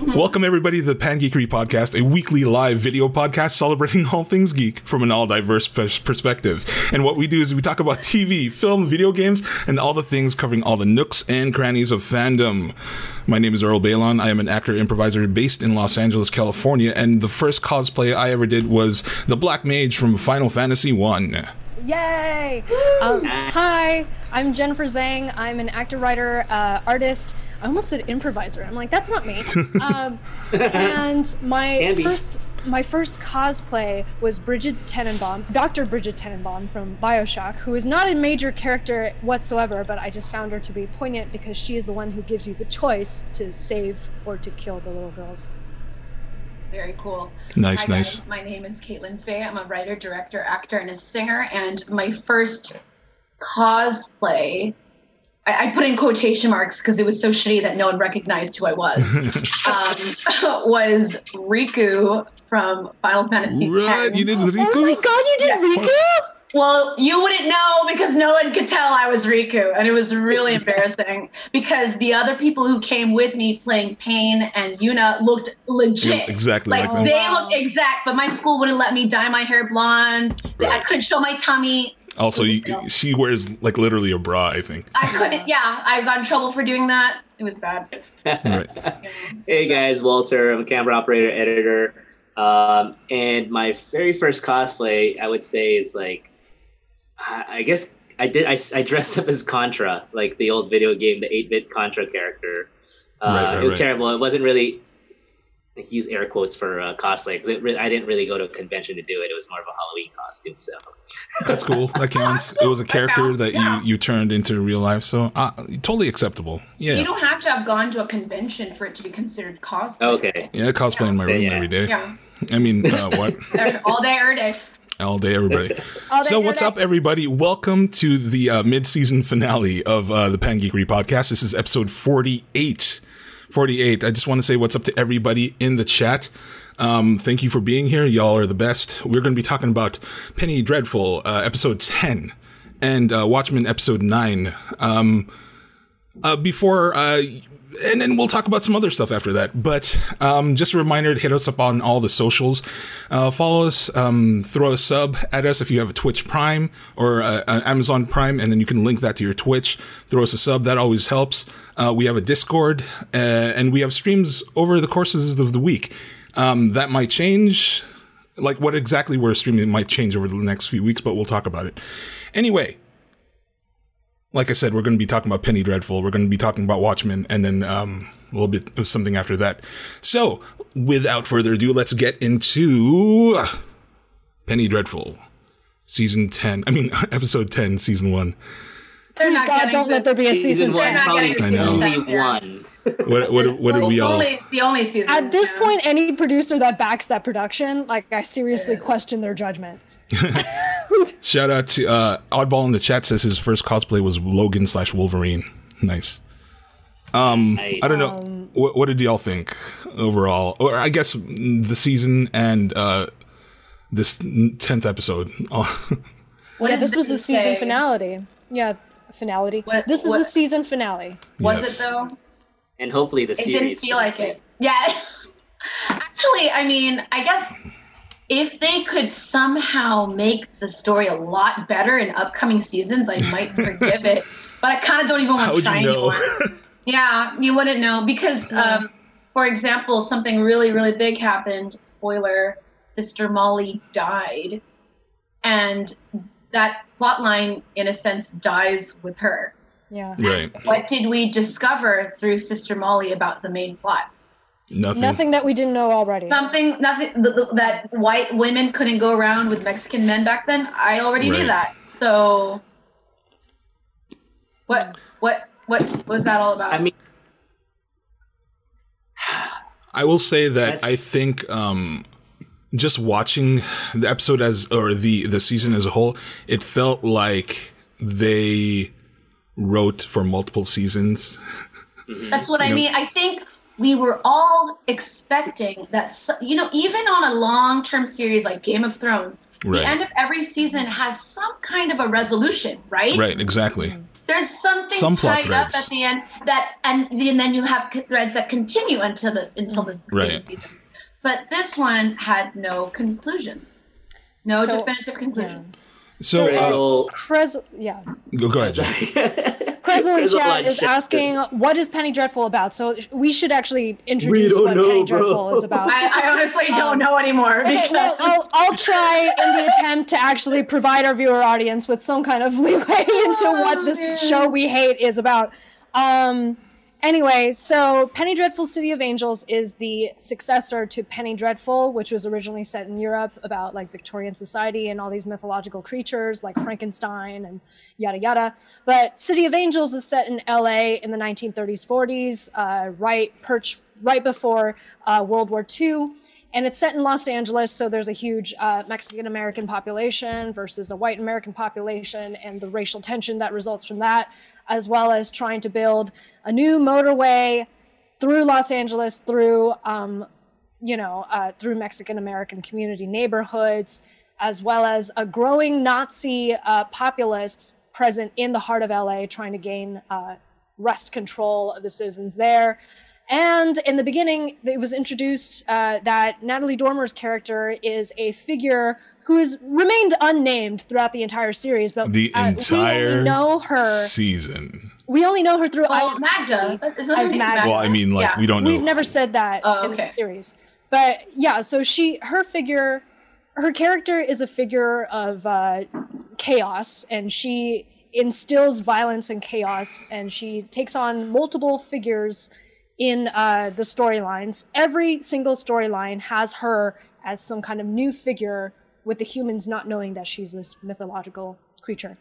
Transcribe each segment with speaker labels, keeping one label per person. Speaker 1: Welcome, everybody, to the Pan Geekery Podcast, a weekly live video podcast celebrating all things geek from an all diverse pers- perspective. And what we do is we talk about TV, film, video games, and all the things covering all the nooks and crannies of fandom. My name is Earl Balon. I am an actor improviser based in Los Angeles, California, and the first cosplay I ever did was the Black Mage from Final Fantasy One.
Speaker 2: Yay! Um, hi, I'm Jennifer Zhang. I'm an actor, writer, uh, artist. I almost said improviser. I'm like, that's not me. Um, and my
Speaker 3: Can be.
Speaker 2: first my first cosplay was Bridget Tenenbaum, Dr. Bridget Tenenbaum from Bioshock, who is not a major character whatsoever, but I just found her to be poignant because she is the one who gives you the choice to save or to kill the little girls.
Speaker 4: Very cool.
Speaker 1: Nice,
Speaker 4: Hi, guys.
Speaker 1: nice.
Speaker 4: My name is Caitlin Fay. I'm a writer, director, actor, and a singer. And my first cosplay, I, I put in quotation marks because it was so shitty that no one recognized who I was, um, was Riku from Final Fantasy
Speaker 1: Right,
Speaker 4: X.
Speaker 1: you Oh did Riku?
Speaker 2: you
Speaker 4: did Well, you wouldn't know because no one could tell I was Riku, and it was really embarrassing because the other people who came with me playing Pain and Yuna looked
Speaker 1: Yeah,
Speaker 4: legit.
Speaker 1: exactly like, um, them.
Speaker 4: Like they
Speaker 2: Wow.
Speaker 4: looked exact, but my school wouldn't let me dye my hair blonde. I couldn't show my tummy.
Speaker 1: Also, you, she wears like literally a bra, I think.
Speaker 4: I couldn't. Yeah, I got in trouble for doing that. It was bad.
Speaker 1: Right.
Speaker 3: Hey guys, Walter. I'm a camera operator, editor, um, and my very first cosplay, I would say, is like, I, I guess I did. I, s- I dressed up as Contra, like the old video game, the 8-bit Contra character. Uh,
Speaker 1: Right, right,
Speaker 3: it was
Speaker 1: right.
Speaker 3: terrible. It wasn't really. I use air quotes for uh, cosplay because re- I didn't really go to a convention to do it. It was more of a Halloween costume. So
Speaker 1: That's cool. That counts. It was a character that you, you turned into real life, so uh, totally acceptable.
Speaker 4: You
Speaker 1: Yeah.
Speaker 4: don't have to have gone to a convention for it to be considered cosplay.
Speaker 3: okay,
Speaker 1: Yeah, I cosplay in my room
Speaker 3: Yeah.
Speaker 1: every day.
Speaker 4: Yeah,
Speaker 1: I mean, uh, what?
Speaker 4: Every- all day, every day.
Speaker 1: All day, everybody.
Speaker 2: All day,
Speaker 1: so,
Speaker 2: all
Speaker 1: what's
Speaker 2: day.
Speaker 1: up, everybody? Welcome to the uh, mid season finale of uh, the Pan Geekery podcast. This is episode 48. 48. I just want to say what's up to everybody in the chat. Um, thank you for being here. Y'all are the best. We're going to be talking about Penny Dreadful, uh, episode 10, and uh, Watchmen, episode 9. Um, uh, before uh, and then we'll talk about some other stuff after that but um, just a reminder to hit us up on all the socials uh, follow us um, throw a sub at us if you have a twitch prime or uh, an amazon prime and then you can link that to your twitch throw us a sub that always helps uh, we have a discord uh, and we have streams over the courses of the week um, that might change like what exactly we're streaming might change over the next few weeks but we'll talk about it anyway like I said, we're going to be talking about Penny Dreadful. We're going to be talking about Watchmen, and then um, a little bit of something after that. So, without further ado, let's get into Penny Dreadful, season ten. I mean, episode ten, season one.
Speaker 4: They're
Speaker 2: Please,
Speaker 4: not
Speaker 2: God,
Speaker 4: getting
Speaker 2: don't
Speaker 4: to-
Speaker 2: let there be a season
Speaker 3: one,
Speaker 2: 10.
Speaker 4: not
Speaker 3: probably
Speaker 4: getting
Speaker 1: I know.
Speaker 3: only
Speaker 4: season.
Speaker 3: one.
Speaker 1: What what what did
Speaker 4: Oh,
Speaker 1: we all?
Speaker 4: Only, the only season.
Speaker 2: At this
Speaker 4: yeah.
Speaker 2: point, any producer that backs that production, like I seriously question their judgment.
Speaker 1: Shout out to uh, Oddball in the chat says his first cosplay was Logan slash Wolverine. Nice.
Speaker 3: Nice.
Speaker 1: I don't know. what, what did y'all think overall? Or I guess mm, the season and uh, this tenth episode.
Speaker 4: What
Speaker 2: yeah,
Speaker 4: did
Speaker 2: this was the
Speaker 4: Zane
Speaker 2: season
Speaker 4: say?
Speaker 2: finality. Yeah, finality.
Speaker 4: What-
Speaker 2: this is the
Speaker 4: what-
Speaker 2: season finale.
Speaker 4: Was
Speaker 1: Yes.
Speaker 4: it though?
Speaker 3: And hopefully the
Speaker 4: it
Speaker 3: series.
Speaker 4: didn't feel like it yeah actually i mean i guess if they could somehow make the story a lot better in upcoming seasons i might forgive it but i kind of don't even want
Speaker 1: How
Speaker 4: to
Speaker 1: would
Speaker 4: try
Speaker 1: you know?
Speaker 4: anyone yeah you wouldn't know because um, for example something really really big happened spoiler sister molly died and that plot line in a sense dies with her
Speaker 2: Yeah.
Speaker 1: right.
Speaker 4: what did we discover through Sister Molly about the main plot?
Speaker 1: Nothing.
Speaker 2: Nothing that we didn't know already.
Speaker 4: Something, nothing th- th- that white women couldn't go around with Mexican men back then. I already
Speaker 1: Right.
Speaker 4: knew that. So, what, what, what was that all about?
Speaker 3: I mean,
Speaker 1: I will say that
Speaker 3: That's-
Speaker 1: I think um, just watching the episode as or the the season as a whole, it felt like they wrote for multiple seasons.
Speaker 4: That's what I
Speaker 1: know-
Speaker 4: mean. I think we were all expecting that, so- you know, even on a long term series like Game of Thrones,
Speaker 1: Right.
Speaker 4: the end of every season has some kind of a resolution, right?
Speaker 1: Right. Exactly.
Speaker 4: There's something
Speaker 1: Some plot
Speaker 4: tied
Speaker 1: threads.
Speaker 4: up at the end that, and, the- and then you have c- threads that continue until the until the succeeding
Speaker 1: Right.
Speaker 4: season. But this one had no conclusions, no
Speaker 2: So-
Speaker 4: definitive conclusions.
Speaker 1: So, uh,
Speaker 3: Crystal-
Speaker 2: Krez, yeah.
Speaker 1: go, go ahead, Jen.
Speaker 2: Kreslin in
Speaker 3: There's a lot
Speaker 2: chat
Speaker 3: of
Speaker 2: is
Speaker 3: shit.
Speaker 2: asking, what is Penny Dreadful about? So we should actually introduce
Speaker 3: don't
Speaker 2: what
Speaker 3: know,
Speaker 2: Penny
Speaker 3: bro.
Speaker 2: Dreadful is about.
Speaker 4: I, I honestly
Speaker 2: Um,
Speaker 4: don't know anymore
Speaker 2: Okay,
Speaker 4: because
Speaker 2: well, I'll, I'll try in the attempt to actually provide our viewer audience with some kind of leeway into what this
Speaker 4: Oh, man.
Speaker 2: show we hate is about. Um, anyway, so Penny Dreadful City of Angels is the successor to Penny Dreadful, which was originally set in Europe about like Victorian society and all these mythological creatures like Frankenstein and yada yada. But City of Angels is set in LA in the 1930s, 40s, uh, right perch right before uh, World War II, and it's set in Los Angeles. So there's a huge uh, Mexican American population versus a white American population, and the racial tension that results from that, as well as trying to build a new motorway through Los Angeles through um, you know, uh, through Mexican American community neighborhoods, as well as a growing Nazi uh, populace present in the heart of LA trying to gain uh, wrest control of the citizens there. And in the beginning, it was introduced uh, that Natalie Dormer's character is a figure who has remained unnamed throughout the entire series, but
Speaker 1: The
Speaker 2: uh, we
Speaker 1: entire
Speaker 2: only know her.
Speaker 1: Season.
Speaker 2: We only know her through
Speaker 4: well, Magda isn't that
Speaker 2: As
Speaker 4: her
Speaker 2: Magda.
Speaker 4: name? Magda.
Speaker 2: Well,
Speaker 1: Well, I mean, like
Speaker 4: Yeah.
Speaker 1: we don't know.
Speaker 2: We've never said that
Speaker 4: Oh,
Speaker 2: in the
Speaker 4: okay.
Speaker 2: series. But yeah, so she, her figure, her character is a figure of uh, chaos, and she instills violence and chaos, and she takes on multiple figures in uh, the storylines. Every single storyline has her as some kind of new figure, with the humans not knowing that she's this mythological creature.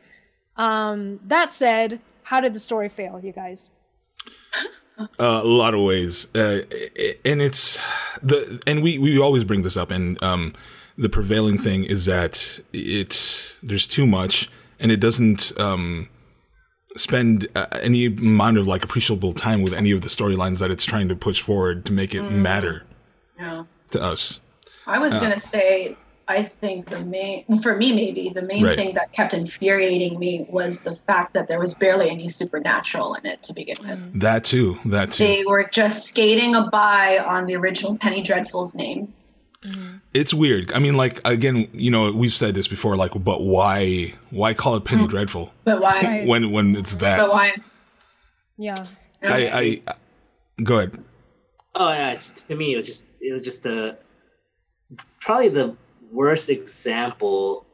Speaker 2: Um, that said, how did the story fail, you guys?
Speaker 1: uh, a lot of ways uh, and it's the and we we always bring this up and um the prevailing thing is that it's there's too much and it doesn't um spend uh, any amount of like appreciable time with any of the storylines that it's trying to push forward to make it matter
Speaker 4: No.
Speaker 1: to us
Speaker 4: I
Speaker 1: uh,
Speaker 4: was gonna say, I think the main, for me maybe, the main
Speaker 1: Right.
Speaker 4: thing that kept infuriating me was the fact that there was barely any supernatural in it to begin with.
Speaker 1: that too that too
Speaker 4: They were just skating a by on the original Penny Dreadful's name.
Speaker 1: it's weird i mean like again you know we've said this before like but why why call it penny dreadful
Speaker 4: But why?
Speaker 2: Right.
Speaker 1: when when it's
Speaker 4: But
Speaker 1: that
Speaker 4: why?
Speaker 2: Yeah.
Speaker 1: i i go ahead
Speaker 3: Oh yeah, it's just, to me it was just it was just a probably the worst example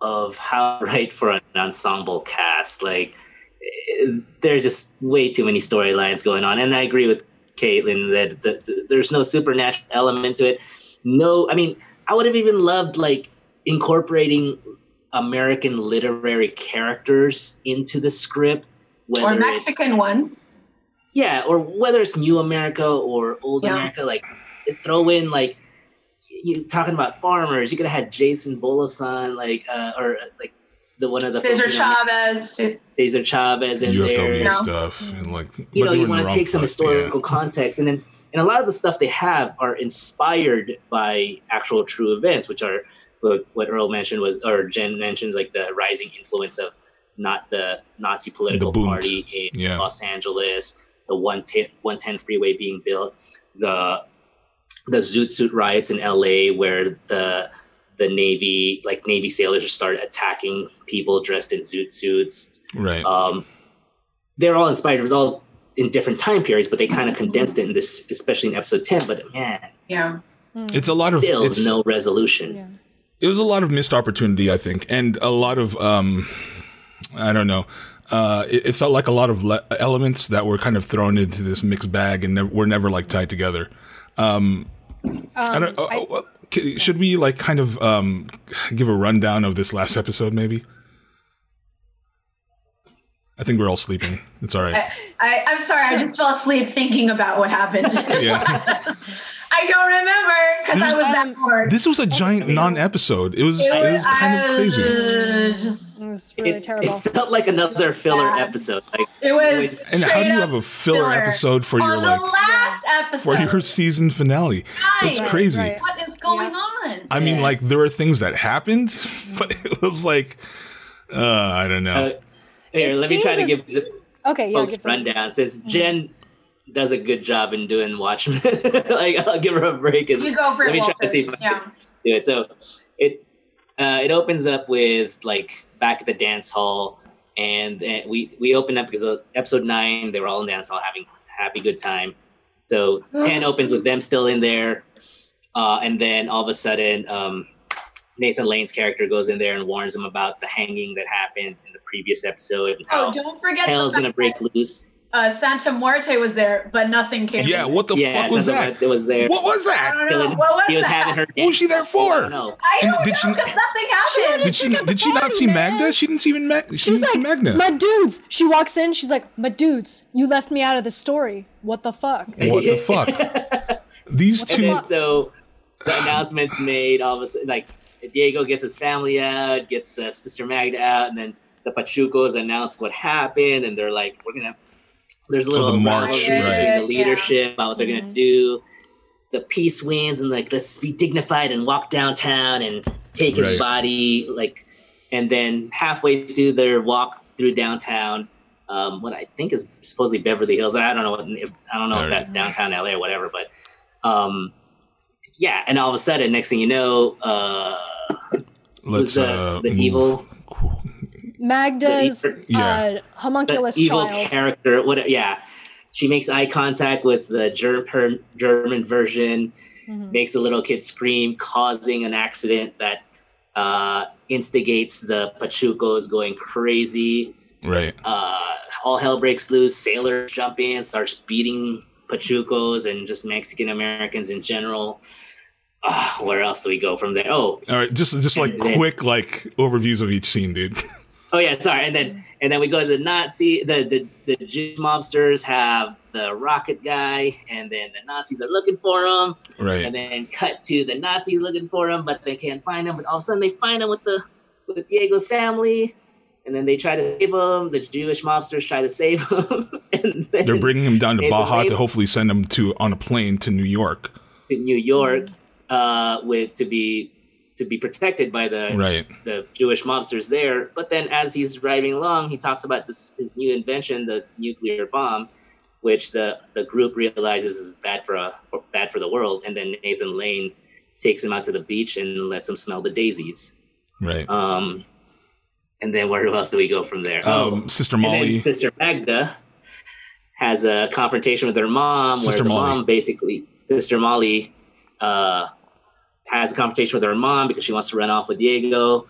Speaker 3: of how to write for an ensemble cast. Like eh, there's just way too many storylines going on, and I agree with Caitlin that, that, that there's no supernatural element to it. No, I mean I would have even loved like incorporating American literary characters into the script.
Speaker 4: or
Speaker 3: whether it's-
Speaker 4: Mexican ones.
Speaker 3: yeah or whether it's new america or old
Speaker 4: Yeah.
Speaker 3: america like throw in like you talking about farmers you could have had jason bolasan like uh, or uh, like the one of the
Speaker 4: Cesar
Speaker 3: Filipino-
Speaker 4: Chavez. it-
Speaker 3: Cesar Chavez in there
Speaker 1: UFW
Speaker 3: Mm.
Speaker 4: No.
Speaker 1: stuff and like
Speaker 3: you
Speaker 1: but they
Speaker 3: know
Speaker 1: were
Speaker 3: you
Speaker 1: in the
Speaker 3: want to
Speaker 1: wrong
Speaker 3: take some
Speaker 1: place,
Speaker 3: historical context and then and a lot of the stuff they have are inspired by actual true events which are what, what earl mentioned was or jen mentions like the rising influence of not the nazi political
Speaker 1: Bund.
Speaker 3: party in
Speaker 1: Yeah.
Speaker 3: los angeles the 110, 110 freeway being built the the zoot suit riots in la where the the navy like navy sailors started attacking people dressed in zoot suits
Speaker 1: yeah. right
Speaker 3: um, they're all inspired with all in different time periods, but they kind
Speaker 2: Mm-hmm.
Speaker 3: of condensed it in this, especially in episode ten. But man,
Speaker 4: Yeah.
Speaker 2: Mm.
Speaker 1: it's a lot of
Speaker 3: still
Speaker 1: it's,
Speaker 3: no resolution.
Speaker 2: Yeah.
Speaker 1: it was a lot of missed opportunity i think and a lot of um i don't know uh it, it felt like a lot of le- elements that were kind of thrown into this mixed bag and ne- were never like tied together um i
Speaker 2: Um,
Speaker 1: don't oh,
Speaker 2: I-
Speaker 1: oh, well, c- should we like kind of um give a rundown of this last episode maybe i think we're all sleeping it's all right
Speaker 4: I, I, I'm sorry. I just fell asleep thinking about what happened.
Speaker 1: yeah
Speaker 4: I don't remember because I
Speaker 1: There's-
Speaker 4: was that
Speaker 2: um,
Speaker 4: bored.
Speaker 1: this was a giant
Speaker 2: so-
Speaker 1: non-episode it was
Speaker 4: It
Speaker 1: it was
Speaker 4: was-
Speaker 1: kind of crazy
Speaker 4: Uh,
Speaker 1: oh.
Speaker 4: just-
Speaker 2: It was really
Speaker 3: it,
Speaker 2: terrible.
Speaker 3: it felt like another filler
Speaker 4: Bad.
Speaker 3: episode. Like
Speaker 4: It was.
Speaker 1: And how do
Speaker 4: straight
Speaker 1: you
Speaker 4: up
Speaker 1: have a filler,
Speaker 4: filler.
Speaker 1: episode for your
Speaker 4: on the
Speaker 1: like
Speaker 4: last episode?
Speaker 1: for your season finale?
Speaker 4: Guys,
Speaker 1: It's
Speaker 2: Right,
Speaker 1: crazy.
Speaker 2: right.
Speaker 4: What is going on?
Speaker 1: I mean,
Speaker 4: Yeah.
Speaker 1: like there were things that happened, but it was like uh, I don't know.
Speaker 3: Uh, Here,
Speaker 2: It
Speaker 3: let me try to
Speaker 2: seems as-
Speaker 3: give the
Speaker 2: Okay, yeah, Mm-hmm.
Speaker 3: folks
Speaker 2: give them-
Speaker 3: rundown. It says Jen does a good job in doing Watchmen. like I'll give her a break and
Speaker 4: You go for
Speaker 3: Let
Speaker 4: it,
Speaker 3: me try to
Speaker 4: Walter.
Speaker 3: see if I-
Speaker 4: yeah.
Speaker 3: do it. So it uh, it opens up with like back at the dance hall, and, and we we open up because of episode nine they were all in dance hall having happy good time. So
Speaker 4: Oh.
Speaker 3: ten opens with them still in there, uh, and then all of a sudden um, Nathan Lane's character goes in there and warns them about the hanging that happened in the previous episode and
Speaker 4: Oh,
Speaker 3: how
Speaker 4: don't forget the
Speaker 3: hell's
Speaker 4: fact
Speaker 3: gonna break loose.
Speaker 4: that, uh, Santa Muerte was there, but nothing came.
Speaker 1: Yeah,
Speaker 4: of it.
Speaker 1: what the
Speaker 3: yeah,
Speaker 1: fuck was
Speaker 3: something
Speaker 1: that?
Speaker 3: that Uh, was there.
Speaker 1: What was
Speaker 4: I
Speaker 1: that?
Speaker 4: don't know.
Speaker 3: Dylan,
Speaker 4: What was
Speaker 3: He was
Speaker 4: that?
Speaker 3: having her.
Speaker 1: What was she there
Speaker 3: So I
Speaker 1: for?
Speaker 3: don't know.
Speaker 4: I
Speaker 1: And
Speaker 4: don't
Speaker 1: did
Speaker 4: know
Speaker 1: she-
Speaker 4: because nothing happened.
Speaker 1: Did she
Speaker 2: Pick up
Speaker 1: did
Speaker 2: the
Speaker 1: she not
Speaker 2: body,
Speaker 1: see
Speaker 2: man.
Speaker 1: Magda? She didn't see even Mag- she
Speaker 2: She's
Speaker 1: didn't see
Speaker 2: like,
Speaker 1: Magda.
Speaker 2: my dudes. She walks in. She's like, my dudes. You left me out of the story. What the fuck?
Speaker 1: what the fuck? These
Speaker 3: And
Speaker 1: two
Speaker 3: then so the announcement's made. All of a sudden, like Diego gets his family out, gets uh, Sister Magda out, and then the Pachucos announce what happened, and they're like, "We're gonna." There's a
Speaker 1: Oh, the
Speaker 3: little
Speaker 1: march, right.
Speaker 3: rivalry between the
Speaker 4: Yeah.
Speaker 3: leadership about what they're gonna do. The peace wins, and like let's be dignified and walk downtown and take his
Speaker 1: Right.
Speaker 3: body, like, and then halfway through their walk through downtown. Um, what I think is supposedly Beverly Hills. I don't know what, if I don't know
Speaker 1: Alright.
Speaker 3: if that's downtown LA or whatever, but um, yeah, and all of a sudden, next thing you know, uh,
Speaker 1: let's
Speaker 3: who's the,
Speaker 1: uh
Speaker 3: the
Speaker 1: move.
Speaker 3: evil,
Speaker 2: Magda's
Speaker 3: The-
Speaker 1: Yeah.
Speaker 2: uh, homunculus
Speaker 3: the evil
Speaker 2: child.
Speaker 3: character, what? Yeah, she makes eye contact with the Ger- her German version,
Speaker 2: Mhm.
Speaker 3: makes the little kid scream, causing an accident that uh, instigates the Pachucos going crazy.
Speaker 1: Right.
Speaker 3: Uh, all hell breaks loose. Sailors jump in, starts beating Pachucos and just Mexican Americans in general. Ah, where else do we go from there? Oh,
Speaker 1: All right, just just like
Speaker 3: And then-
Speaker 1: quick like overviews of each scene, dude.
Speaker 3: Oh yeah, sorry. And then and then we go to the Nazi. The the the Jew mobsters have the rocket guy, and then the Nazis are looking for him.
Speaker 1: Right.
Speaker 3: And then cut to the Nazis looking for him, but they can't find him. But all of a sudden, they find him with the with Diego's family, and then they try to save him. The Jewish mobsters try to save him, and then
Speaker 1: They're bringing him down to
Speaker 3: Nathan
Speaker 1: Baja to
Speaker 3: Lane's-
Speaker 1: hopefully send him to on a plane to New York.
Speaker 3: to New York uh, with to be to be protected by the
Speaker 1: Right.
Speaker 3: the Jewish mobsters there. But then as he's driving along, he talks about this his new invention, the nuclear bomb, which the the group realizes is bad for a for, bad for the world. And then Nathan Lane takes him out to the beach and lets him smell the daisies.
Speaker 1: Right.
Speaker 3: Um, and then where else do we go from there?
Speaker 1: Um, Sister
Speaker 3: Oh, and
Speaker 1: Molly.
Speaker 3: then Sister Magda has a confrontation with her mom,
Speaker 1: Sister
Speaker 3: where the
Speaker 1: Molly.
Speaker 3: mom basically, Sister Molly, uh, has a confrontation with her mom because she wants to run off with Diego,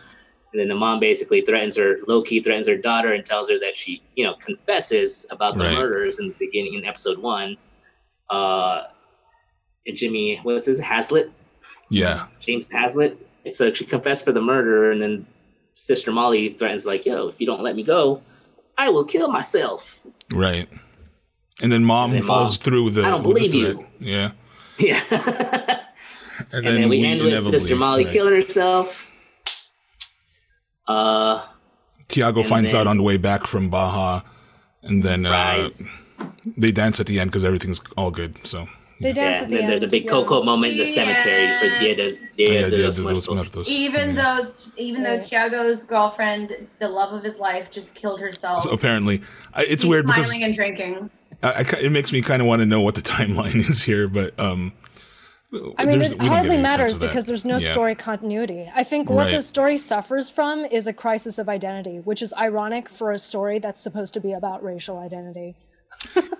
Speaker 3: and then the mom basically threatens her, low key threatens her daughter and tells her that she, you know, confesses about the
Speaker 1: Right.
Speaker 3: murders in the beginning in episode one. Uh, and Jimmy, what's his Haslett?
Speaker 1: yeah.
Speaker 3: James Haslett. So she confessed for the murder, and then Sister Molly threatens, like, "Yo, if you don't let me go, I will kill myself."
Speaker 1: Right. And then mom
Speaker 3: And then
Speaker 1: falls
Speaker 3: Mom,
Speaker 1: through with the.
Speaker 3: "I don't
Speaker 1: with the
Speaker 3: believe
Speaker 1: thread. Yeah.
Speaker 3: Yeah,
Speaker 1: And,
Speaker 3: and then we, end with
Speaker 1: inevitably-
Speaker 3: Sister Molly
Speaker 1: right.
Speaker 3: killing herself. Uh,
Speaker 1: Tiago
Speaker 3: and
Speaker 1: finds
Speaker 3: then-
Speaker 1: out on the way back from Baja, and then uh,
Speaker 3: rise.
Speaker 1: they dance at the end because everything's all good. So
Speaker 2: They
Speaker 3: Yeah,
Speaker 2: dance at
Speaker 3: and
Speaker 2: the
Speaker 3: then
Speaker 2: end.
Speaker 3: there's a big
Speaker 2: yeah.
Speaker 3: coco moment in the cemetery for Dia de Dia
Speaker 1: Yeah,
Speaker 3: de los
Speaker 1: yeah, those
Speaker 3: Muertos.
Speaker 1: muertos.
Speaker 4: Even
Speaker 1: Yeah.
Speaker 4: though, even though
Speaker 2: Right.
Speaker 4: Tiago's girlfriend, the love of his life, just killed herself.
Speaker 1: So apparently, I, it's
Speaker 4: He's
Speaker 1: weird
Speaker 4: smiling
Speaker 1: because
Speaker 4: and drinking.
Speaker 1: I, I ki- it makes me kind of want to know what the timeline is here, but um,
Speaker 2: I mean,
Speaker 1: there's-
Speaker 2: it
Speaker 1: we don't get any
Speaker 2: hardly
Speaker 1: sense
Speaker 2: matters
Speaker 1: of that.
Speaker 2: because there's no
Speaker 1: Yeah.
Speaker 2: story continuity. I think what
Speaker 1: Right.
Speaker 2: the story suffers from is a crisis of identity, which is ironic for a story that's supposed to be about racial identity.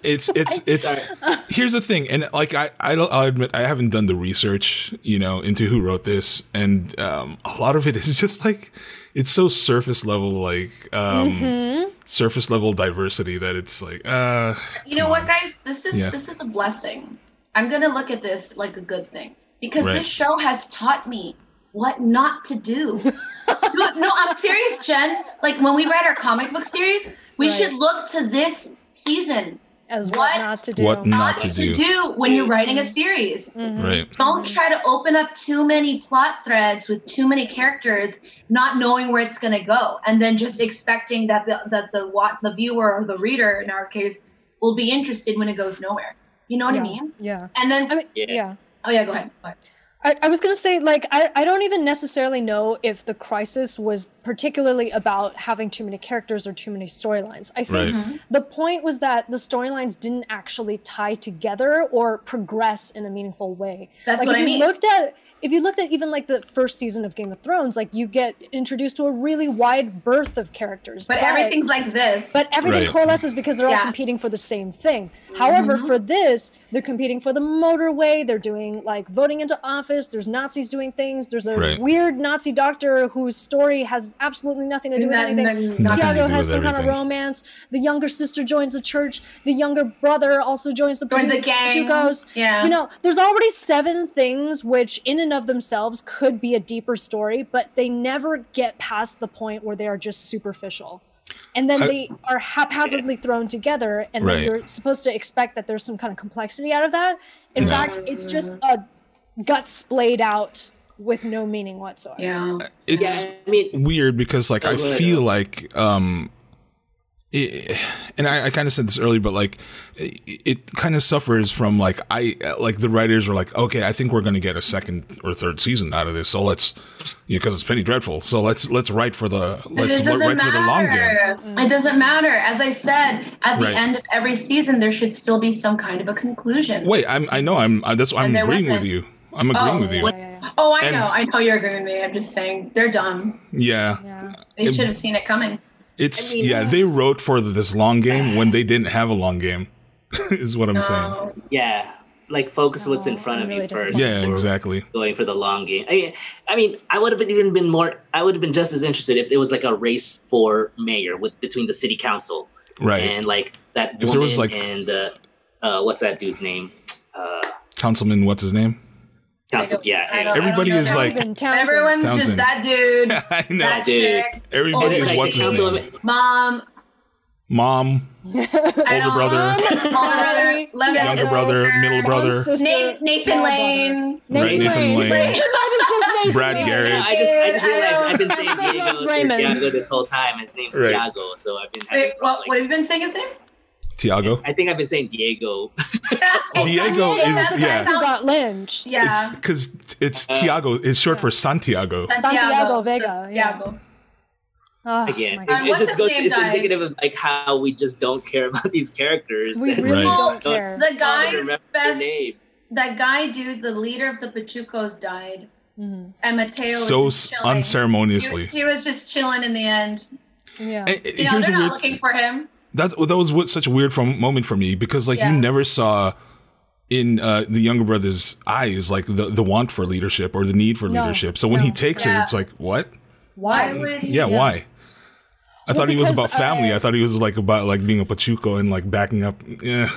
Speaker 1: It's it's it's.
Speaker 3: Sorry.
Speaker 1: Here's the thing, and like I I don't, I'll admit I haven't done the research, you know, into who wrote this, and um, a lot of it is just like it's so surface level, like um,
Speaker 2: Mm-hmm.
Speaker 1: surface level diversity that it's like uh,
Speaker 4: You know what, guys? This is
Speaker 1: Yeah.
Speaker 4: this is a blessing. I'm gonna look at this like a good thing because
Speaker 1: Right.
Speaker 4: this show has taught me what not to do. no, no, I'm serious, Jen. Like when we read our comic book series, we
Speaker 2: Right.
Speaker 4: should look to this season
Speaker 2: As what,
Speaker 4: What?
Speaker 2: not to do.
Speaker 1: what not
Speaker 4: what
Speaker 1: to
Speaker 4: to,
Speaker 1: do,
Speaker 4: do when you're writing a series.
Speaker 2: Mhm.
Speaker 1: right?
Speaker 4: Don't try to open up too many plot threads with too many characters, not knowing where it's going to go, and then just expecting that the that the what the viewer or the reader in our case will be interested when it goes nowhere. You know what
Speaker 2: Yeah.
Speaker 4: I mean?
Speaker 2: Yeah.
Speaker 4: And then
Speaker 2: I mean,
Speaker 3: Yeah.
Speaker 2: yeah.
Speaker 4: oh yeah, go ahead. Go ahead.
Speaker 2: I, I was going to say, like, I, I don't even necessarily know if the crisis was particularly about having too many characters or too many storylines. I
Speaker 1: Right.
Speaker 2: think the point was that the storylines didn't actually tie together or progress in a meaningful way.
Speaker 4: That's
Speaker 2: like
Speaker 4: what
Speaker 2: if
Speaker 4: I
Speaker 2: you
Speaker 4: mean.
Speaker 2: looked at if you looked at even like the first season of Game of Thrones, like you get introduced to a really wide berth of characters.
Speaker 4: But everything's like this.
Speaker 2: but everything
Speaker 1: Right.
Speaker 2: coalesces because they're all
Speaker 4: Yeah. Mm-hmm.
Speaker 2: competing for the same thing. However, for this, they're competing for the motorway. They're doing like voting into office. There's Nazis doing things. There's a
Speaker 1: Right.
Speaker 2: weird Nazi doctor whose story has absolutely nothing to do with
Speaker 4: Nothing-
Speaker 2: anything.
Speaker 4: nothing- Nothing
Speaker 1: to
Speaker 2: Tiago
Speaker 1: do
Speaker 2: has
Speaker 1: with
Speaker 2: some kind
Speaker 1: everything.
Speaker 2: of romance. The younger sister joins the church. The younger brother also joins the
Speaker 4: Joins
Speaker 2: Pachu-
Speaker 4: a gang.
Speaker 2: Pachucos.
Speaker 4: Yeah.
Speaker 2: You know, there's already seven things which, in and of themselves, could be a deeper story, but they never get past the point where they are just superficial. And then
Speaker 1: I-
Speaker 2: they are haphazardly thrown together, and
Speaker 1: Right.
Speaker 2: then you're supposed to expect that there's some kind of complexity out of that. In
Speaker 1: No.
Speaker 2: fact, it's just a gut splayed out with no meaning whatsoever.
Speaker 1: Uh,
Speaker 4: yeah.
Speaker 1: It's
Speaker 3: Yeah, I mean,
Speaker 1: weird because like I
Speaker 3: Oh, go ahead,
Speaker 1: feel
Speaker 3: Alex.
Speaker 1: like um it, and I, I kind of said this earlier, but like it, it kind of suffers from like I like the writers were like, okay, I think we're going to get a second or third season out of this, so let's you because it's Penny Dreadful, so let's let's write for the
Speaker 4: But
Speaker 1: let's
Speaker 4: it
Speaker 1: write
Speaker 4: doesn't
Speaker 1: for the long game.
Speaker 4: matter.
Speaker 2: Mm-hmm.
Speaker 4: It doesn't matter. As I said, at the
Speaker 1: Right.
Speaker 4: end of every season, there should still be some kind of a conclusion.
Speaker 1: Wait, I'm I know I'm I, that's why I'm
Speaker 4: And there
Speaker 1: agreeing with
Speaker 4: wasn't.
Speaker 1: you. I'm agreeing
Speaker 4: Oh,
Speaker 1: with you.
Speaker 2: Yeah, yeah, yeah.
Speaker 4: Oh, I
Speaker 1: And-
Speaker 4: know. I know you're agreeing with me. I'm just saying they're dumb.
Speaker 1: Yeah,
Speaker 2: yeah.
Speaker 4: They
Speaker 1: It-
Speaker 4: should have seen it coming.
Speaker 1: it's
Speaker 3: I mean-
Speaker 1: yeah. They wrote for this long game when they didn't have a long game, is what I'm saying.
Speaker 4: No.
Speaker 3: yeah, like focus what's in
Speaker 2: No,
Speaker 3: front
Speaker 2: I'm
Speaker 3: of
Speaker 2: really
Speaker 3: you first.
Speaker 1: Yeah,
Speaker 3: before
Speaker 1: exactly.
Speaker 3: Going for the long game. I mean, I mean, I would have been even been more. I would have been just as interested if it was like a race for mayor with between the city council
Speaker 1: Right.
Speaker 3: and like that
Speaker 1: If
Speaker 3: woman
Speaker 1: there was, like-
Speaker 3: and uh, uh, what's that dude's name? Uh,
Speaker 1: Councilman, what's his name?
Speaker 3: council.
Speaker 4: I don't-
Speaker 3: Yeah,
Speaker 4: I don't-
Speaker 1: Everybody
Speaker 4: I don't
Speaker 1: is
Speaker 4: know.
Speaker 1: like-
Speaker 2: Townsend, Townsend.
Speaker 4: everyone's
Speaker 1: Townsend.
Speaker 4: just that dude.
Speaker 1: I know.
Speaker 4: that
Speaker 3: dude.
Speaker 4: chick.
Speaker 1: Everybody
Speaker 4: Oh,
Speaker 1: is
Speaker 4: like
Speaker 1: what's
Speaker 3: the
Speaker 1: his
Speaker 3: council
Speaker 1: name?
Speaker 4: Mom.
Speaker 1: Mom,
Speaker 4: I
Speaker 1: older
Speaker 4: don't-
Speaker 1: brother,
Speaker 4: brother,
Speaker 1: younger brother, middle brother,
Speaker 2: sister,
Speaker 4: Na- Nathan
Speaker 2: small brother.
Speaker 4: Lane.
Speaker 1: right,
Speaker 2: Nathan
Speaker 1: Nathan
Speaker 2: Lane.
Speaker 1: Lane. Brad
Speaker 3: No,
Speaker 1: Garrett.
Speaker 3: I just I just
Speaker 4: I
Speaker 3: realized
Speaker 4: don't-
Speaker 3: I've been
Speaker 2: I
Speaker 3: saying
Speaker 2: think
Speaker 3: Diego
Speaker 2: that's
Speaker 3: or
Speaker 2: Raymond.
Speaker 3: Thiago this whole time. His name's
Speaker 1: Right.
Speaker 3: Thiago, so I've been having
Speaker 4: Wait, what,
Speaker 3: problems.
Speaker 4: what have you been saying his name?
Speaker 1: Tiago.
Speaker 3: I think I've been saying Diego.
Speaker 1: Diego is yeah.
Speaker 2: Who got lynched?
Speaker 1: It's
Speaker 4: Yeah.
Speaker 1: because it's
Speaker 3: Uh,
Speaker 1: Tiago. It's short for Santiago.
Speaker 2: Santiago Vega, yeah.
Speaker 4: Santiago.
Speaker 2: Oh,
Speaker 3: Again,
Speaker 2: my
Speaker 3: it,
Speaker 2: God.
Speaker 4: And
Speaker 3: it
Speaker 4: what's
Speaker 3: just
Speaker 4: his
Speaker 3: goes.
Speaker 4: name
Speaker 3: It's
Speaker 4: died?
Speaker 3: indicative of like how we just don't care about these characters.
Speaker 2: We
Speaker 3: that
Speaker 2: really
Speaker 1: Right.
Speaker 2: don't
Speaker 3: Don't-
Speaker 2: care.
Speaker 4: The
Speaker 3: don't
Speaker 4: guy's
Speaker 3: remember their
Speaker 4: best,
Speaker 3: name.
Speaker 4: that guy dude, the leader of the Pachucos died,
Speaker 2: Mhm.
Speaker 4: and Mateo
Speaker 1: So
Speaker 4: was
Speaker 1: s-
Speaker 4: just chilling.
Speaker 1: unceremoniously.
Speaker 4: He, he was just chilling in the end.
Speaker 2: Yeah.
Speaker 1: And- and
Speaker 4: You know,
Speaker 1: here's
Speaker 4: they're
Speaker 1: a
Speaker 4: not
Speaker 1: weird.
Speaker 4: looking for him.
Speaker 1: That that was what such a weird from moment for me because like you
Speaker 4: Yeah.
Speaker 1: never saw in uh, the younger brother's eyes like the the want for leadership or the need for
Speaker 2: No,
Speaker 1: leadership. So when he
Speaker 2: no.
Speaker 1: takes it,
Speaker 4: Yeah.
Speaker 1: it's like what?
Speaker 4: Why
Speaker 2: Why?
Speaker 4: would he?
Speaker 1: Yeah,
Speaker 2: Yeah.
Speaker 1: why? I
Speaker 2: Well,
Speaker 1: thought he was
Speaker 2: because,
Speaker 1: about family.
Speaker 2: uh,
Speaker 1: I thought he was like about like being a pachuco and like backing up. Yeah.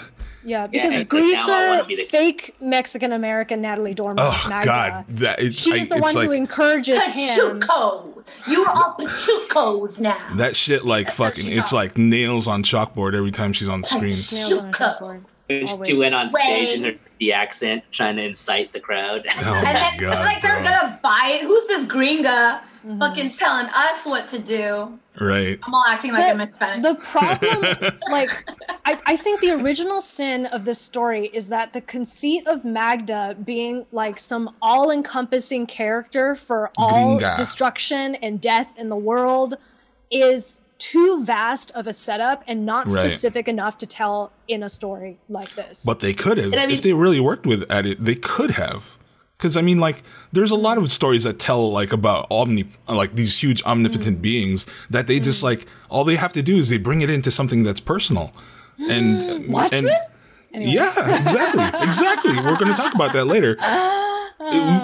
Speaker 2: Yeah, because
Speaker 3: it's like, now I
Speaker 2: Greaser,
Speaker 3: wanna be the-
Speaker 2: fake Mexican American Natalie Dormer,
Speaker 1: Oh
Speaker 2: Magda,
Speaker 1: God, that it's,
Speaker 2: she's
Speaker 1: I- it's
Speaker 2: the one
Speaker 1: like
Speaker 2: who encourages him.
Speaker 4: Pachuco! You are Pachucos now.
Speaker 1: that shit. Like fucking,
Speaker 4: she
Speaker 1: it's
Speaker 4: got.
Speaker 1: like nails on chalkboard every time she's on screen.
Speaker 2: Nails on a
Speaker 4: Pachuco.
Speaker 2: chalkboard.
Speaker 3: When She
Speaker 2: Always.
Speaker 3: went on stage
Speaker 4: Wait.
Speaker 3: in her the accent, trying to incite the crowd.
Speaker 1: Oh
Speaker 4: and
Speaker 1: my
Speaker 4: then,
Speaker 1: God,
Speaker 4: like, they're
Speaker 1: bro.
Speaker 4: gonna buy it. Who's this gringa
Speaker 2: Mm-hmm. Mm.
Speaker 4: fucking telling us what to do?
Speaker 1: right?
Speaker 4: I'm all acting like
Speaker 2: The-
Speaker 4: I'm Hispanic.
Speaker 2: The problem, like, I, I think the original sin of this story is that the conceit of Magda being like some all encompassing character for all
Speaker 1: Gringa.
Speaker 2: destruction and death in the world is too vast of a setup and not
Speaker 1: Right.
Speaker 2: specific enough to tell in a story like this.
Speaker 1: But they could have
Speaker 3: I mean-
Speaker 1: if they really worked with at it. They could have, because I mean, like, there's a lot of stories that tell like about omni, like these huge omnipotent
Speaker 3: Mm.
Speaker 1: beings that they just like all they have to do is they bring it into something that's personal,
Speaker 3: Mm.
Speaker 1: and
Speaker 2: Watchmen?
Speaker 1: and- Yeah, exactly, exactly. We're going to talk about that later.